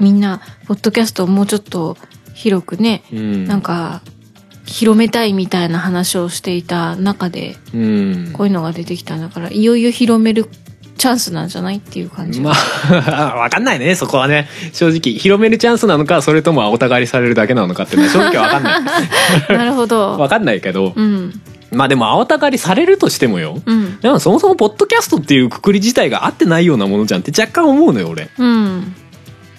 みんな、ポッドキャストをもうちょっと広くね、
うん
なんか、広めたいみたいな話をしていた中で、
うん
こういうのが出てきたんだから、いよいよ広めるチャンスなんじゃないっていう感じ。
まあ、 わかんないね、そこはね。正直、広めるチャンスなのか、それともお互いりされるだけなのかっていうのは正直わかん ない。
なるほど。
わかんないけど、
うん、
まあでも、あおたかりされるとしてもよ。
うん、
でもそもそもポッドキャストっていうくくり自体が合ってないようなものじゃんって若干思うのよ俺
うん。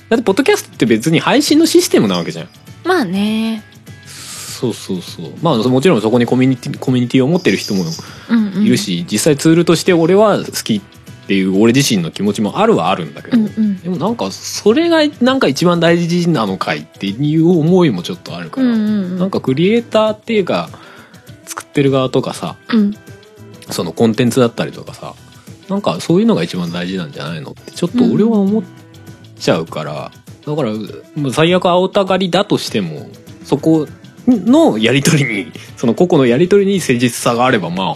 だってポッドキャストって別に配信のシステムなわけじゃん
まあね。
そうそうそうまあもちろんそこにコミュニティコミュニティを持ってる人も
うん、うん。
いる。し、実際ツールとして俺は好きっていう俺自身の気持ちもあるはあるんだけ
う
ど、
ん、うん。
でもなんかそれがなんか一番大事なのかいっていう思いもちょっとあるか
う
ら、
ん、うん。
なんかクリエイターっていうか作ってる側とかさ
うん。
そのコンテンツだったりとかさなんかそういうのが一番大事なんじゃないのってちょっと俺は思っちゃうから、だからもう最悪青たがりだとしてもそこのやり取りにその個々のやり取りに誠実さがあればまあ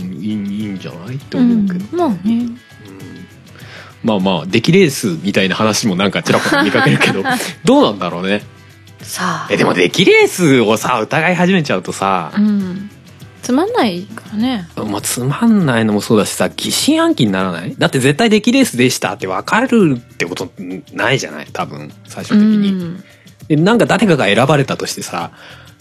うんいいいいんじゃないと思うけど、
うん、まあね
まあまあ出来レースみたいな話もなんかちらほら見かけるけどどうなんだろうね
さあ
えでも出来レースをさ疑い始めちゃうとさ
う、んつまんないからね
まあ、つまんないのもそうだしさ疑心暗鬼にならないだって絶対出来レースでしたって分かるってことないじゃない多分最終
う
的に、
ん
でなんか誰かが選ばれたとしてさ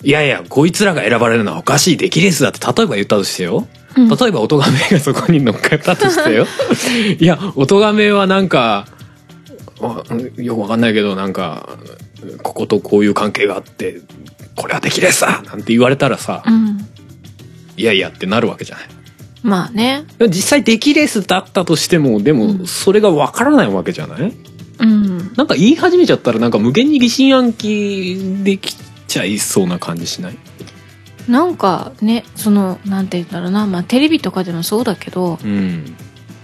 いやいやこいつらが選ばれるのはおかしい出来レースだって例えば言ったとしてよ
うん
例えば音がめがそこに乗っかったとして よいや音がめはなんかあよくわかんないけどなんかこことこういう関係があってこれは出来レースだなんて言われたらさ
うん
いやいやってなるわけじゃない
まあね
でも実際出来レースだったとしてもで
うん
もそれがわからないわけじゃない、
うん
なんか言い始めちゃったらなんか無限に疑心暗鬼できちゃいそうな感じしない
なんかねそのなんて言うんだろうなまあテレビとかでもそうだけど
うん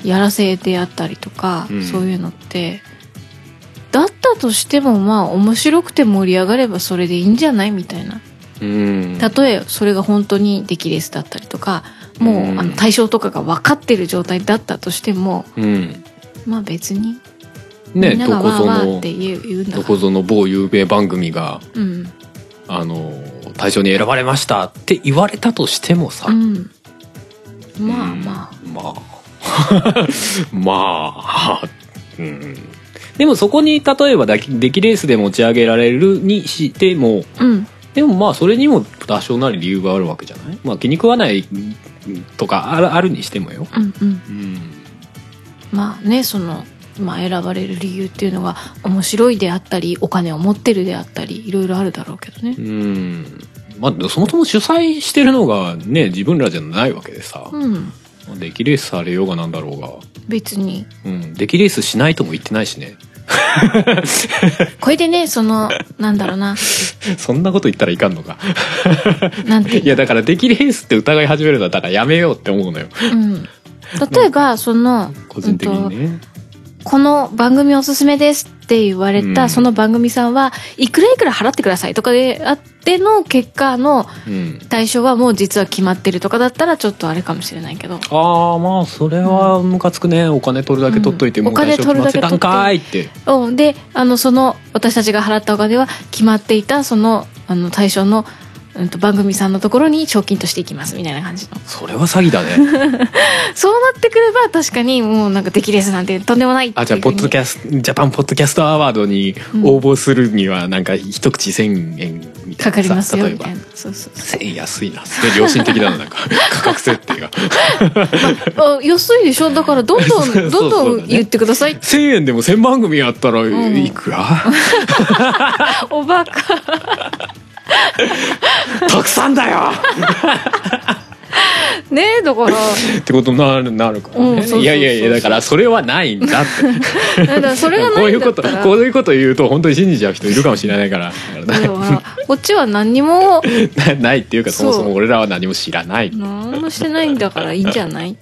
やらせであったりとか、
うん
そういうのってだったとしてもまあ面白くて盛り上がればそれでいいんじゃないみたいな
うん
たとえそれが本当に出来レースだったりとかもう、
うん
あの対象とかが分かってる状態だったとしても
うん
まあ別に、み
ね
んな
ど
が
こ
わー
ぞ
わーっ
の
て言う言うんだ
ど
か
こ
ら
ぞの某有名番組が
うん
あの対象に選ばれましたって言われたとしてもさ、
うんまあまあ、
うんまあ まあうんでもそこに例えばだき出来レースで持ち上げられるにしても
うん
でもまあそれにも多少なり理由があるわけじゃないまあ気に食わないとかあるあるにしてもよ、
うんうん
うん、
まあねそのまあ選ばれる理由っていうのが面白いであったりお金を持ってるであったりいろいろあるだろうけどね
うんまあそもそも主催してるのがね自分らじゃないわけでさ、
うん
出来レースされようがなんだろうが、
別に
うん、出来レースしないとも言ってないしね
これでねそのなんだろうな
そんなこと言ったらいかんのか
なんて
いやだから出来レースって疑い始めるのはだからやめようって思うのよ
うん例えばその
個人的にね、
この番組おすすめですって言われ
う
た
ん
その番組さんは、いくらいくら払ってくださいとかであっての結果の
うん、
対象はもう実は決まってるとかだったらちょっとあれかもしれないけど。
ああまあそれはムカつくねお金取るだけ取っといて、
うん
もう
お金取るだけ
大丈夫待ってたんかいって
うん、で、あの、その、私たちが払ったお金は決まっていた、その、あの、対象の、うんと、番組さんのところに賞金としていきます、みたいな感じの。
それは詐欺だね
そうなってくれば、確かにもうなんか出来レースなんてとんでもないってい
あ
う
じゃあポッドキ
ャ
ャストジャパンポッドキャストアワードに応募するにはなんか一口1,000円みたいなさ
かかりますよ、
例え
み
ば
たいな。そうそう そ
1000円安いなすげえ良心的だななん か価格設定が
う。あ、安いでしょだから、どんど
そうそ
ん、
う
どん
そう
ど
だね
ん言ってくださいって
1000円でも1000番組やったら
ん
いくら、
おバカ。
たくさんだよ
ねえ、だ から、
ってことになるなるからね、
うんそうそうそうそう
いやいやいやだからそれはないんだって
だからそれが
こ
な
うい
いん
う
だ
こ
っ
と
たら、
こういうこと言うと本当に信じちゃう人いるかもしれないからだ
だ
か
から、こっちは何にも、
らなないっていうかそもそ
そ
も俺らは何も知らない
何もしてないんだからいいんじゃない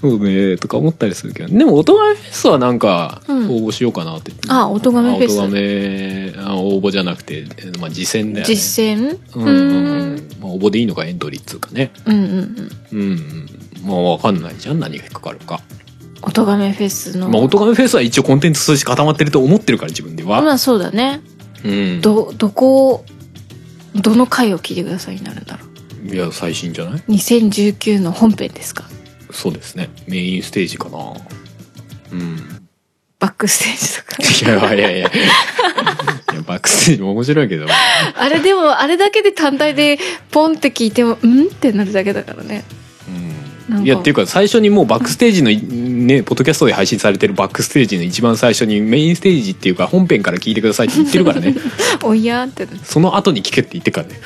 そうねとか思ったりするけどでも音がめフェスはなんか
うん
応募しようかなって、
あ音
あ
亀フェス
音がめあ応募じゃなくて、まあ、実践だよね
実践う
うんうん
ん
まあ、応募でいいのかエントリーっつうかね
うんうん
うんうんまあわかんないじゃん何が引っかかるか
音がめフェスの
まあ音がめフェスは一応コンテンツとして固まってると思ってるから自分で
ま
は
あそうだね
うん
どどこをどの回を聞いてくださいになるんだろう
いや最新じゃない
2019の本編ですか
そうですねメインステージかなうん
バックステージ
い
とか
やいやいやいやバックステージも面白いけど
あれでもあれだけで単体でポンって聞いてもんってなるだけだからねなん
う
か
んいやっていうか最初にもうバックステージのねポッドキャストで配信されてるバックステージの一番最初にメインステージっていうか本編から聞いてくださいって言ってるから ね
おいやーってなる
その後に聞けって言ってっからね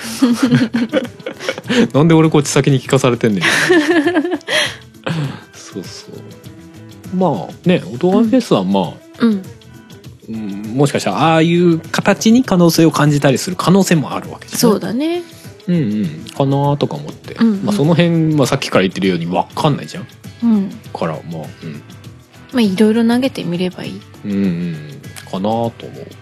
なんで俺こっち先に聞かされてんねんそうそうまあね「音楽フェス」はまあ、
うん
うんもしかしたらああいう形に可能性を感じたりする可能性もあるわけじゃん
そうだね
うんうんかなとか思って、
うんうん
まあ、その辺はさっきから言ってるように分かんないじゃん
うん
からまあ、うん、
まあいろいろ投げてみればいい
うんうんかなと思う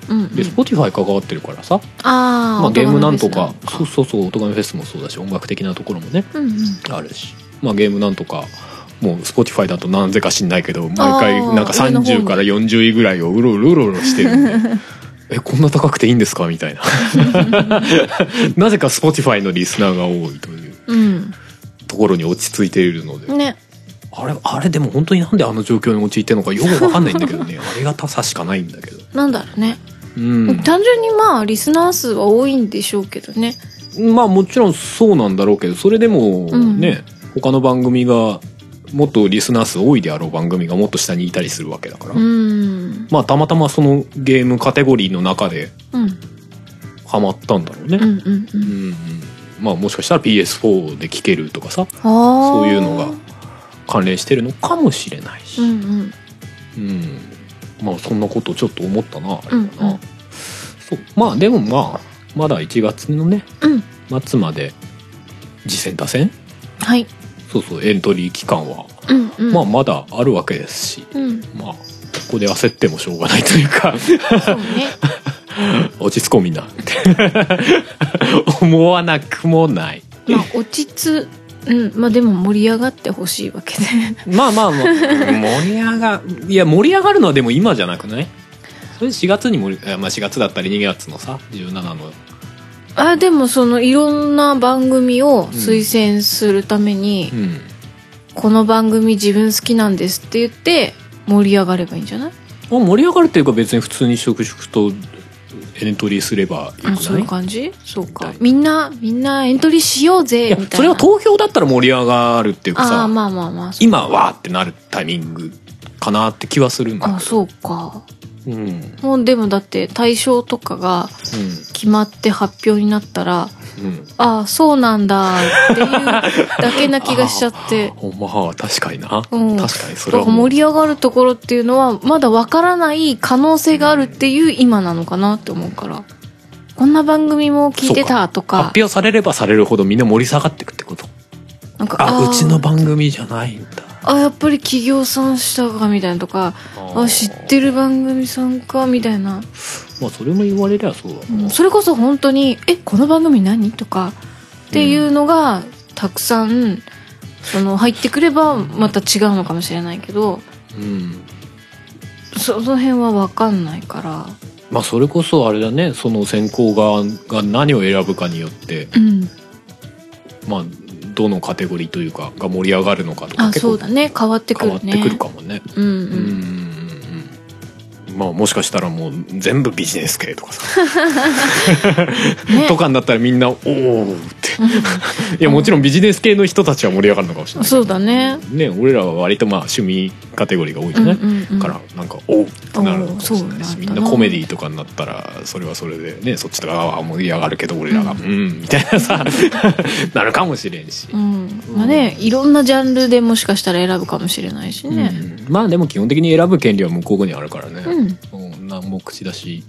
うんうん
で Spotify 関わってるからさ、
あー、
まあ、ゲームなんとか
音
そ
楽
うそうそう音めフェスもそうだし音楽的なところもね
フェスだうんうん
あるし、まあ、ゲームなんとかもう Spotify だと何故か知んないけど毎回
あー
なんか
上の方に
30から40位ぐらいをうろうろうろうろしてるん でえこんな高くていいんですかみたいななぜか Spotify のリスナーが多いというところに落ち着いているので、
うんね
あれあれでも本当になんであの状況に陥ってるのかよくわかんないんだけど ねありがたさしかないんだけど
なんだろうね、
うん
単純にまあリスナー数は多いんでしょうけどね
まあもちろんそうなんだろうけどそれでも
うん
ね、他の番組がもっとリスナー数多いであろう番組がもっと下にいたりするわけだから、
うん
まあたまたまそのゲームカテゴリーの中で
うん
ハマったんだろう
う
ね、
んうんう
うんう
ん
んまあもしかしたら PS4 で聴けるとかさ
あー
そういうのが関連してるのかもしれないし、
うんうん
うん、まあそんなことちょっと思ったなあれはな、
うんうん
そうまあでもまあまだ1月のね
うん
末まで次戦打線
はい
そうそうエントリー期間は、
うんうん
まあまだあるわけですし
うん
まあここで焦ってもしょうがないというか
そうね
落ち着こうみんな 思わなくもない
まあ落ち着うんまあでも盛り上がってほしいわけで
まあまあまあ盛り上がいや盛り上がるのはでも今じゃなくないそれ4月に盛り、えまあ、4月だったり2月のさ17の
あでもそのいろんな番組を推薦するために、
うん
この番組自分好きなんですって言って盛り上がればいいんじゃない
まあ盛り上がるっていうか別に普通に職々とエントリーすればいいくな
あ
い
そういう感じそうか
みたい
みんなみんなエントリーしようぜ
い
み
や
たいな
それは投票だったら盛り上がるっていうか
あ
さ、
あまあまあまあそう
今はってなるタイミングかなって気はするんだけど
あそうか
うん、うん
もうでもだって対象とかが決まって発表になったら
うん
ああそうなんだっていうだけな気がしちゃって
ほんまは確かにな、
うん
確かにそれ
なん
は
か
もう
盛り上がるところっていうのはまだわからない可能性があるっていう今なのかなって思うからこんな番組も聞いてたと
発
か
表されればされるほどみんな盛り下がってくってこと
なんか
あ
ー
うちの番組じゃないんだ
あやっぱり企業さんしたかみたいなとかあ知ってる番組さんかみたいな、
まあそれも言われりゃそうだ
う
な、
んそれこそ本当に「えこの番組何?」とかっていうのがたくさんその入ってくればまた違うのかもしれないけど
うん
そその辺は分かんないから
まあそれこそあれだねその選考側が何を選ぶかによって
うん
まあどのカテゴリーというかが盛り上がるのかとか
あ
結
そ
構
うだね変わってく
変
る
わっ
ね
てくるかもね。
うん
うんうん
うん
うんまあもしかしたらもう全部ビジネス系とかさ、
ね
とかになったらみんな「おお」っていやもちろんビジネス系の人たちは盛り上がるのかもしれないけど
そうだね
ね俺らは割とまあ趣味カテゴリーが多いじゃ
うん
な
う
い、
んうん
からなんか「おお」ってなるのかもしれない
おーそうなんだ
し
な
みんなコメディとかになったらそれはそれでねそっちとかは盛り上がるけど俺らが「
う
うんん」みたいなさ なるかもしれんし
う。んまあねいろんなジャンルでもしかしたら選ぶかもしれないしね
うんまあでも基本的に選ぶ権利は向こうにあるからね、
うん
もう何も口だし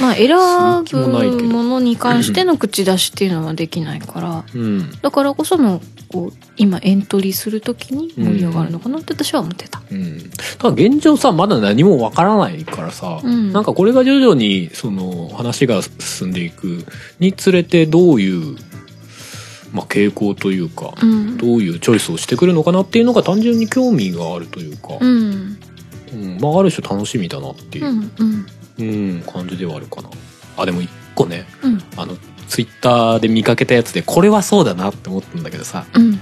まあ選
の気もないけ
ぶ
ど
ものに関しての口出しっていうのはできないから
うん
だからこそのこう今エントリーするときに盛り上がるのかなって私は思ってた、
うん、ただ現状さまだ何もわからないからさ、
うん
なんかこれが徐々にその話が進んでいくにつれてどういう、まあ、傾向というか、
うん
どういうチョイスをしてくるのかなっていうのが単純に興味があるというか、
うんうん
うんまあ、ある種楽しみだなっていうう、
んうん
うん感じではあるかな。あでも一個ね
うん
あのツイッターで見かけたやつでこれはそうだなって思ったんだけどさ
うん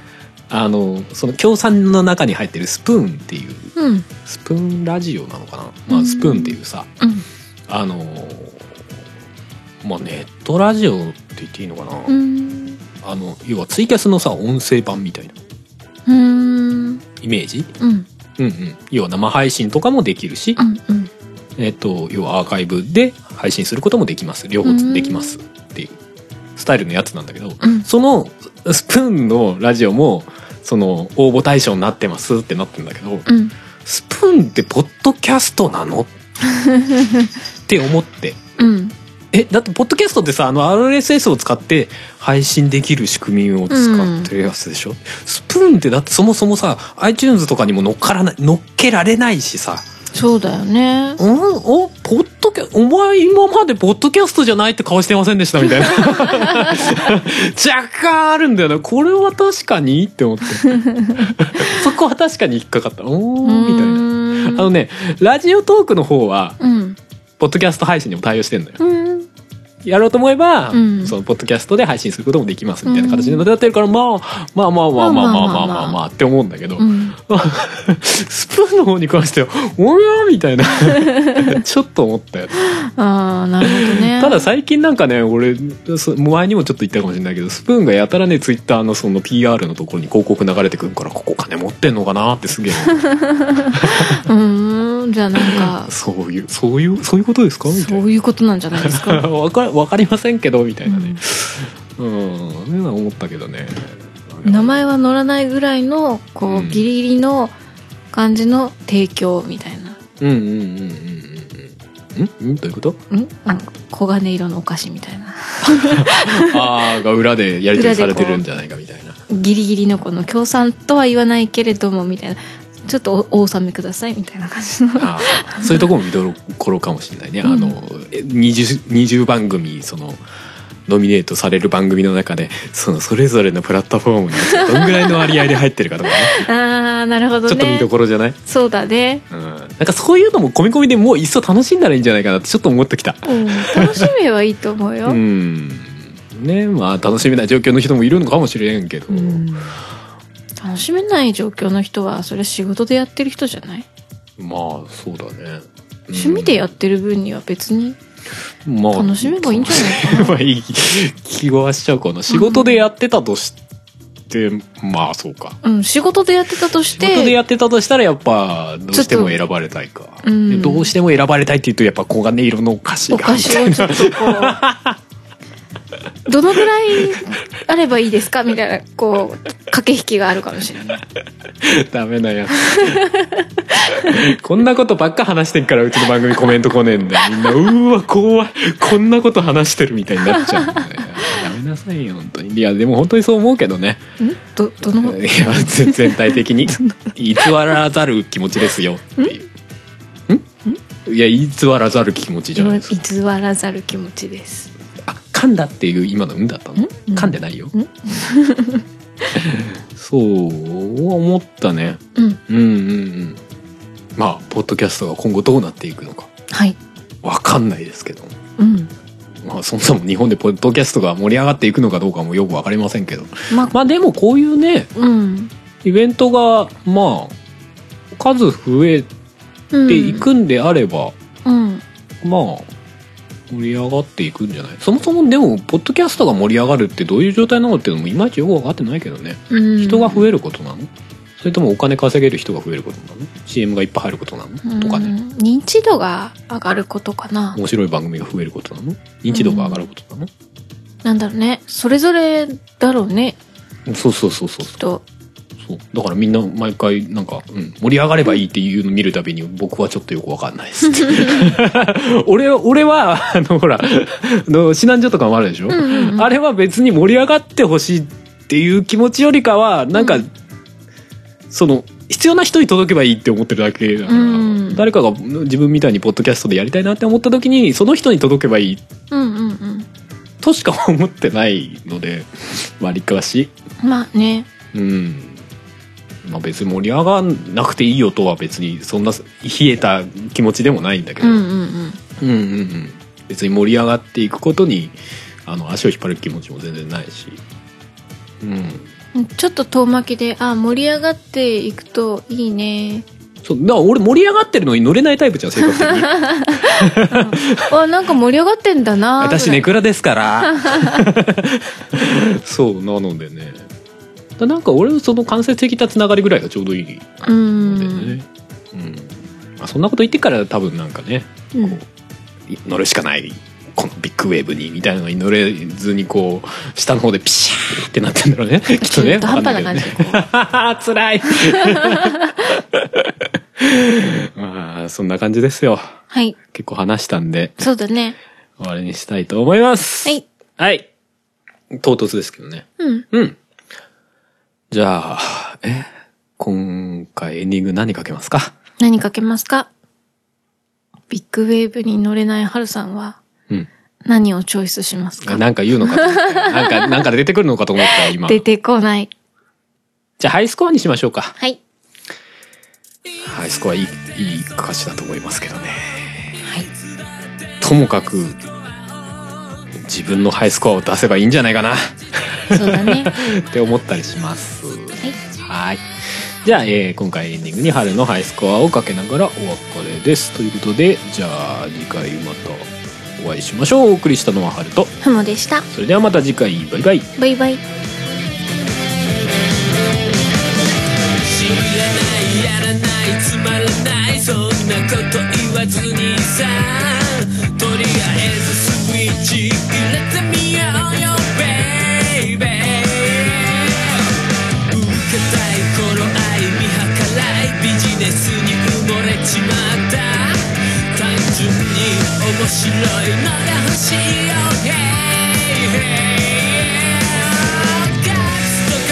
あのその協賛の中に入ってるスプーンっていう
うん
スプーンラジオなのかな、ま
う
あ、
ん
スプーンっていうさ、あのーまあ、ネットラジオって言っていいのかな、
うん
あの要はツイキャスのさ音声版みたいな
うん
イメージ、
うん
うんうん、要は生配信とかもできるし、
うん
えっと要はアーカイブで配信することもできます両方
うん
できますっていうスタイルのやつなんだけど、
うん
そのスプーンのラジオもその応募対象になってますってなってるんだけど、
うん
スプーンってポッドキャストなのって思って。
うん
え、だってポッドキャストってさ、あの RSS を使って配信できる仕組みを使ってるやつでしょ、スプーンってだってそもそもさ、iTunes とかにも乗っからない、乗っけられないしさ、
そうだよね
うん、お、ポッドキャ、お前今までポッドキャストじゃないって顔してませんでしたみ たいな。若干あるんだよな。これは確かにって思 って。そこは確かに引っかかった。おー、みたいな。
み
あのね、ラジオトークの方は、
うん
ポッドキャスト配信にも対応してんのよ。
うん
やろうと思えば、
うん
そのポッドキャストで配信することもできますみたいな形になってるから、まあ、まあまあまあまあまあまあまあまあまあって思うんだけど、
うん
スプーンの方に関しては、おやみたいな、ちょっと思ったよ。
ああなるほどね
ただ最近なんかね俺そ前にもちょっと言ったかもしれないけどスプーンがやたらねツイッターのその PR のところに広告流れてくるからここ金持ってんのかなってすげえ思う
うーんじゃあなんか
そういうそういうそういうことですかみた
そ
いう
いうことなんじゃないですか、
なわかわかりませんけどみたいなね
う
うんそういうのは思ったけどね
ん名前は載らないぐらいのこう、
うん
ギリギリの感じの提供みたいな
うんうんうんうんうんうんんんどういうこと
んあの黄金色のお菓子みたいな
ああが裏でやり取りされて
裏でこう
るんじゃないかみたいな
ギリギリのこの協賛とは言わないけれどもみたいなちょっとおお納めくださいみたいな感じの
あーそういうところも見どころかもしれないね、あの
うん
20, 20番組そのノミネートされる番組の中でそのそれぞれのプラットフォームにどんぐらいの割合で入ってるかとかね
ああなるほど
ちょっと見
ね
どころじゃない、
そうだね
うん、なんかそういうのも込み込みでもういっそ楽しんだらいいんじゃないかなってちょっと思ってきた
うん楽しめばいいと思 うよ、
う
うん
んねまあ楽しめない状況の人もいるのかもしれんけど、
楽しめない状況の人はそれは仕事でやってる人じゃない
まあそうだね
趣味でや
っ
ってる分には別に
まあ、
楽しめばいいんじゃないか
まあいい気はしちゃうかな仕事でやってたとして、まあそうか
うん仕事でやってたとし
仕事で
て
やってたとしたらやっぱどうしても選ばれたいか、
うん
でどうしても選ばれたいって言うとやっぱ黄金色のお菓子
お
が
菓子をちょっと こうどのぐらいあればいいですかみたいなこう駆け引きがあるかもしれない
ダメなやつこんなことばっか話してっからうちの番組コメント来ねえんだよみんなうーわ怖いこんなこと話してるみたいになっちゃうんだよやめなさいよ本当にいやでも本当にそう思うけどね
んどどの
いやぜ全体的に偽らざる気持ちですよっていうんいや偽らざる気持ちじゃないですか
偽らざる気持ちです
あ噛んだっていう今の「うん」だったの
うん
噛んでないよ
うん
そう思ったね
うん
うんうんうんまあポッドキャストが今後どうなっていくのか
はい
わかんないですけど、
うん
まあ、そもそも日本でポッドキャストが盛り上がっていくのかどうかもよくわかりませんけど
まあ
まあでもこういうね
うん
イベントがまあ数増え
うん
ていくんであれば、
うん
まあ盛り上がっていくんじゃないそもそもでもポッドキャストが盛り上がるってどういう状態なのっていうのもいまいちよく分かってないけどね
うん
人が増えることなのそれともお金稼げる人が増えることなの CM がいっぱい入ることなのとかね
うん認知度が上がることかな
面白い番組が増えることなの認知度が上がることな
なんだろうねそれぞれだろうね
のそうそうそうそう
と
そうだからみんな毎回なんか、うん、盛り上がればいいっていうのを見るたびに僕はちょっとよくわかんないです 俺は俺はあのほらあの指南所とかもあるでしょ、
うんうんうん
あれは別に盛り上がってほしいっていう気持ちよりかはなんか、
う
その必要な人に届けばいいって思ってるだけだから、
うん
誰かが自分みたいにポッドキャストでやりたいなって思った時にその人に届けばいい
うんうんうん
としか思ってないので割かし
まあね
うん。まあ別に盛り上がんなくていいよとは別にそんな冷えた気持ちでもないんだけ
う
ど、
んうん
うんうんうん別に盛り上がっていくことにあの足を引っ張る気持ちも全然ないし、うん、
うんちょっと遠巻きであ盛り上がっていくといいね
そうだから俺盛り上がってるのに乗れないタイプじゃん性格 的に
あなんか盛り上がってんだな
私
ぐら
ネ
い
クラですから そうなのでねだなんか俺のその間接的なつながりぐらいがちょうどいい
うん
のでね、うんまあ、そんなこと言ってから多分なんかね
うん
こうい乗るしかないこのビッグウェーブにみたいなのに乗れずにこう下の方でピシャーってなってんだろう ねきっとね
中途半端な感じで
じつらい まあそんな感じですよ
はい
結構話したんで
そうだね
終わりにしたいと思います
はい
はい唐突ですけどね
うん
うんじゃあえ今回エンディング何かけますか
何かけますかビッグウェーブに乗れないハルさんは
うん。
何をチョイスします
あ
か
なんか言うのかと思ったなんか、なんか出てくるのかと思った、今。
出てこない。
じゃあ、ハイスコアにしましょうか。
はい。
ハイスコアいい、いい歌詞だと思いますけどね。
はい。
ともかく、自分のハイスコアを出せばいいんじゃないかな。
そうだ ね。
って思ったりします。
は
は
い。
い。じゃあ、えー今回エンディングに春のハイスコアをかけながらお別れです。ということで、じゃあ次回またお会いしましょう。お送りしたのは春と。
ふもでした。
それではまた次回、バイバイ。
バイバイ。
知らないやらないつまらないそんなこと言わずにさとりあえずスイッチ入れてみようよベイベー受けたい頃愛見計らいビジネスに埋もれちまった単純に面白いのが欲しいよ Hey, hey ガッツとか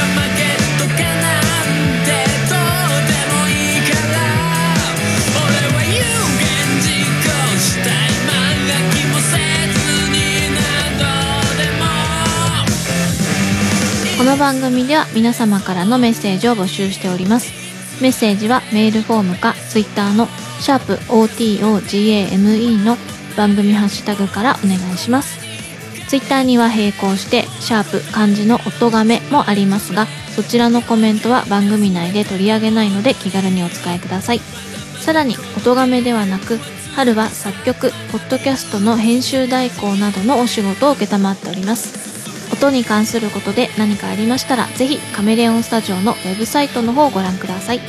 負けとかなんてどうでもいいから俺は有言実行したい漫画気もせずに何度でも
この番組では皆様からのメッセージを募集しておりますメッセージはメールフォームか Twitter の「シャープ o t o g a m e の番組ハッシュタグからお願いします Twitter には並行して「シャープ漢字の音がめ」もありますがそちらのコメントは番組内で取り上げないので気軽にお使いくださいさらに音がめではなく春は作曲ポッドキャストの編集代行などのお仕事を承っております音に関することで何かありましたらぜひカメレオンスタジオのウェブサイトの方をご覧ください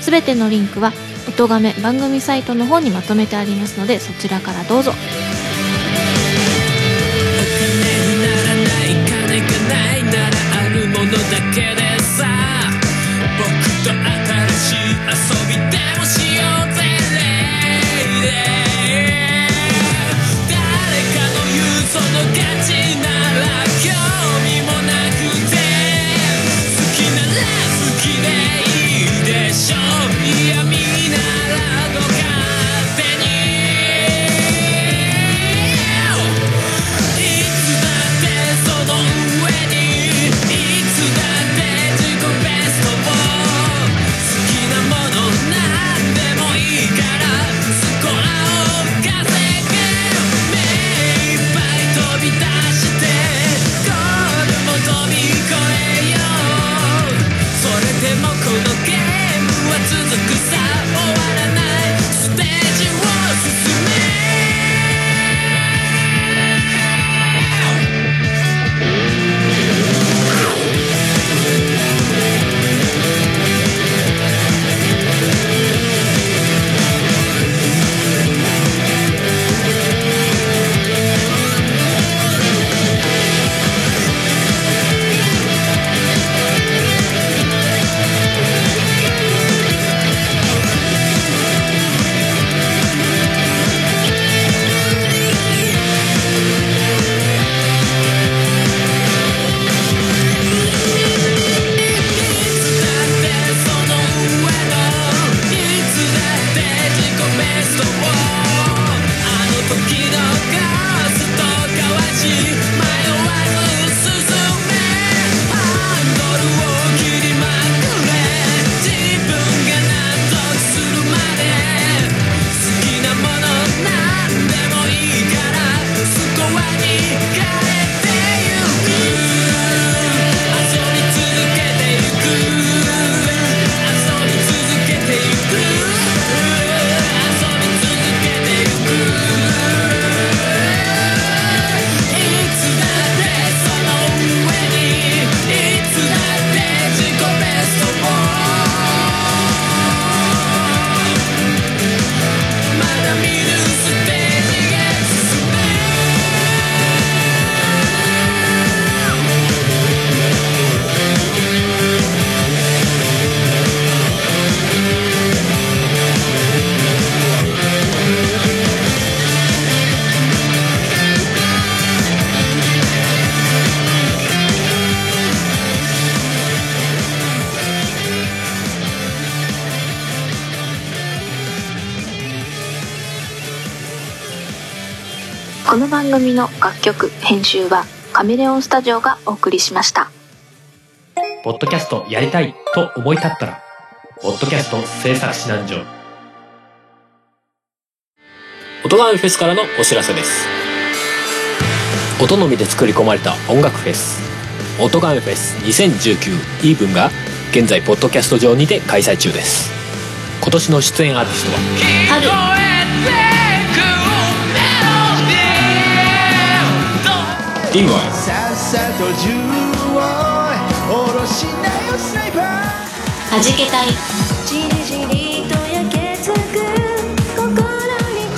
すべてのリンクは音がめ番組サイトの方にまとめてありますのでそちらからどうぞ
お金にならない金がないならあるものだけでさ僕と新しい遊びでもしようぜレイレイ誰かの言うその価値なら興味もなくて好きなら好きでいいでしょ嫌味ならご勝手に
この番組の楽曲編集はカメレオンスタジオがお送りしました
ポッドキャストやりたいと思い立ったら、ポッドキャスト制作指南所。音がフェスからのお知らせです。音のみで作り込まれた音楽フェス、音がフェス2019イーブンが現在ポッドキャスト上にて開催中です。今年の出演アーティストは、
春
ディーマン、
さっさと銃を下ろしなよスナイパー
はじけたい
じりじりと焼けつく心に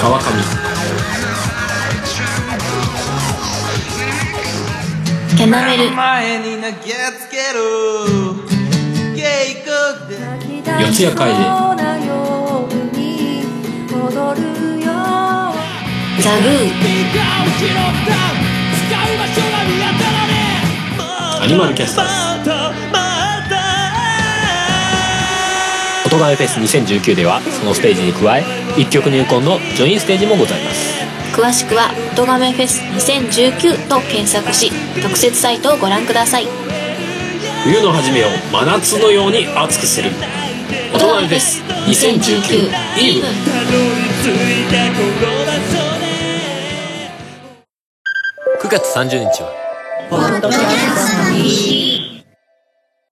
川上、
キャナメル
前に投げつけるゲイクック
泣き出しそうなように戻るよ
ザグー
アニマルキャスターズ。音がフェス2019ではそのステージに加え一曲入魂のジョインステージもございます
詳しくは「音亀フェス2019」と検索し特設サイトをご覧ください
冬の初めを真夏のように熱くする音がフェス2019イーブン9月30日は
ポッドキャスト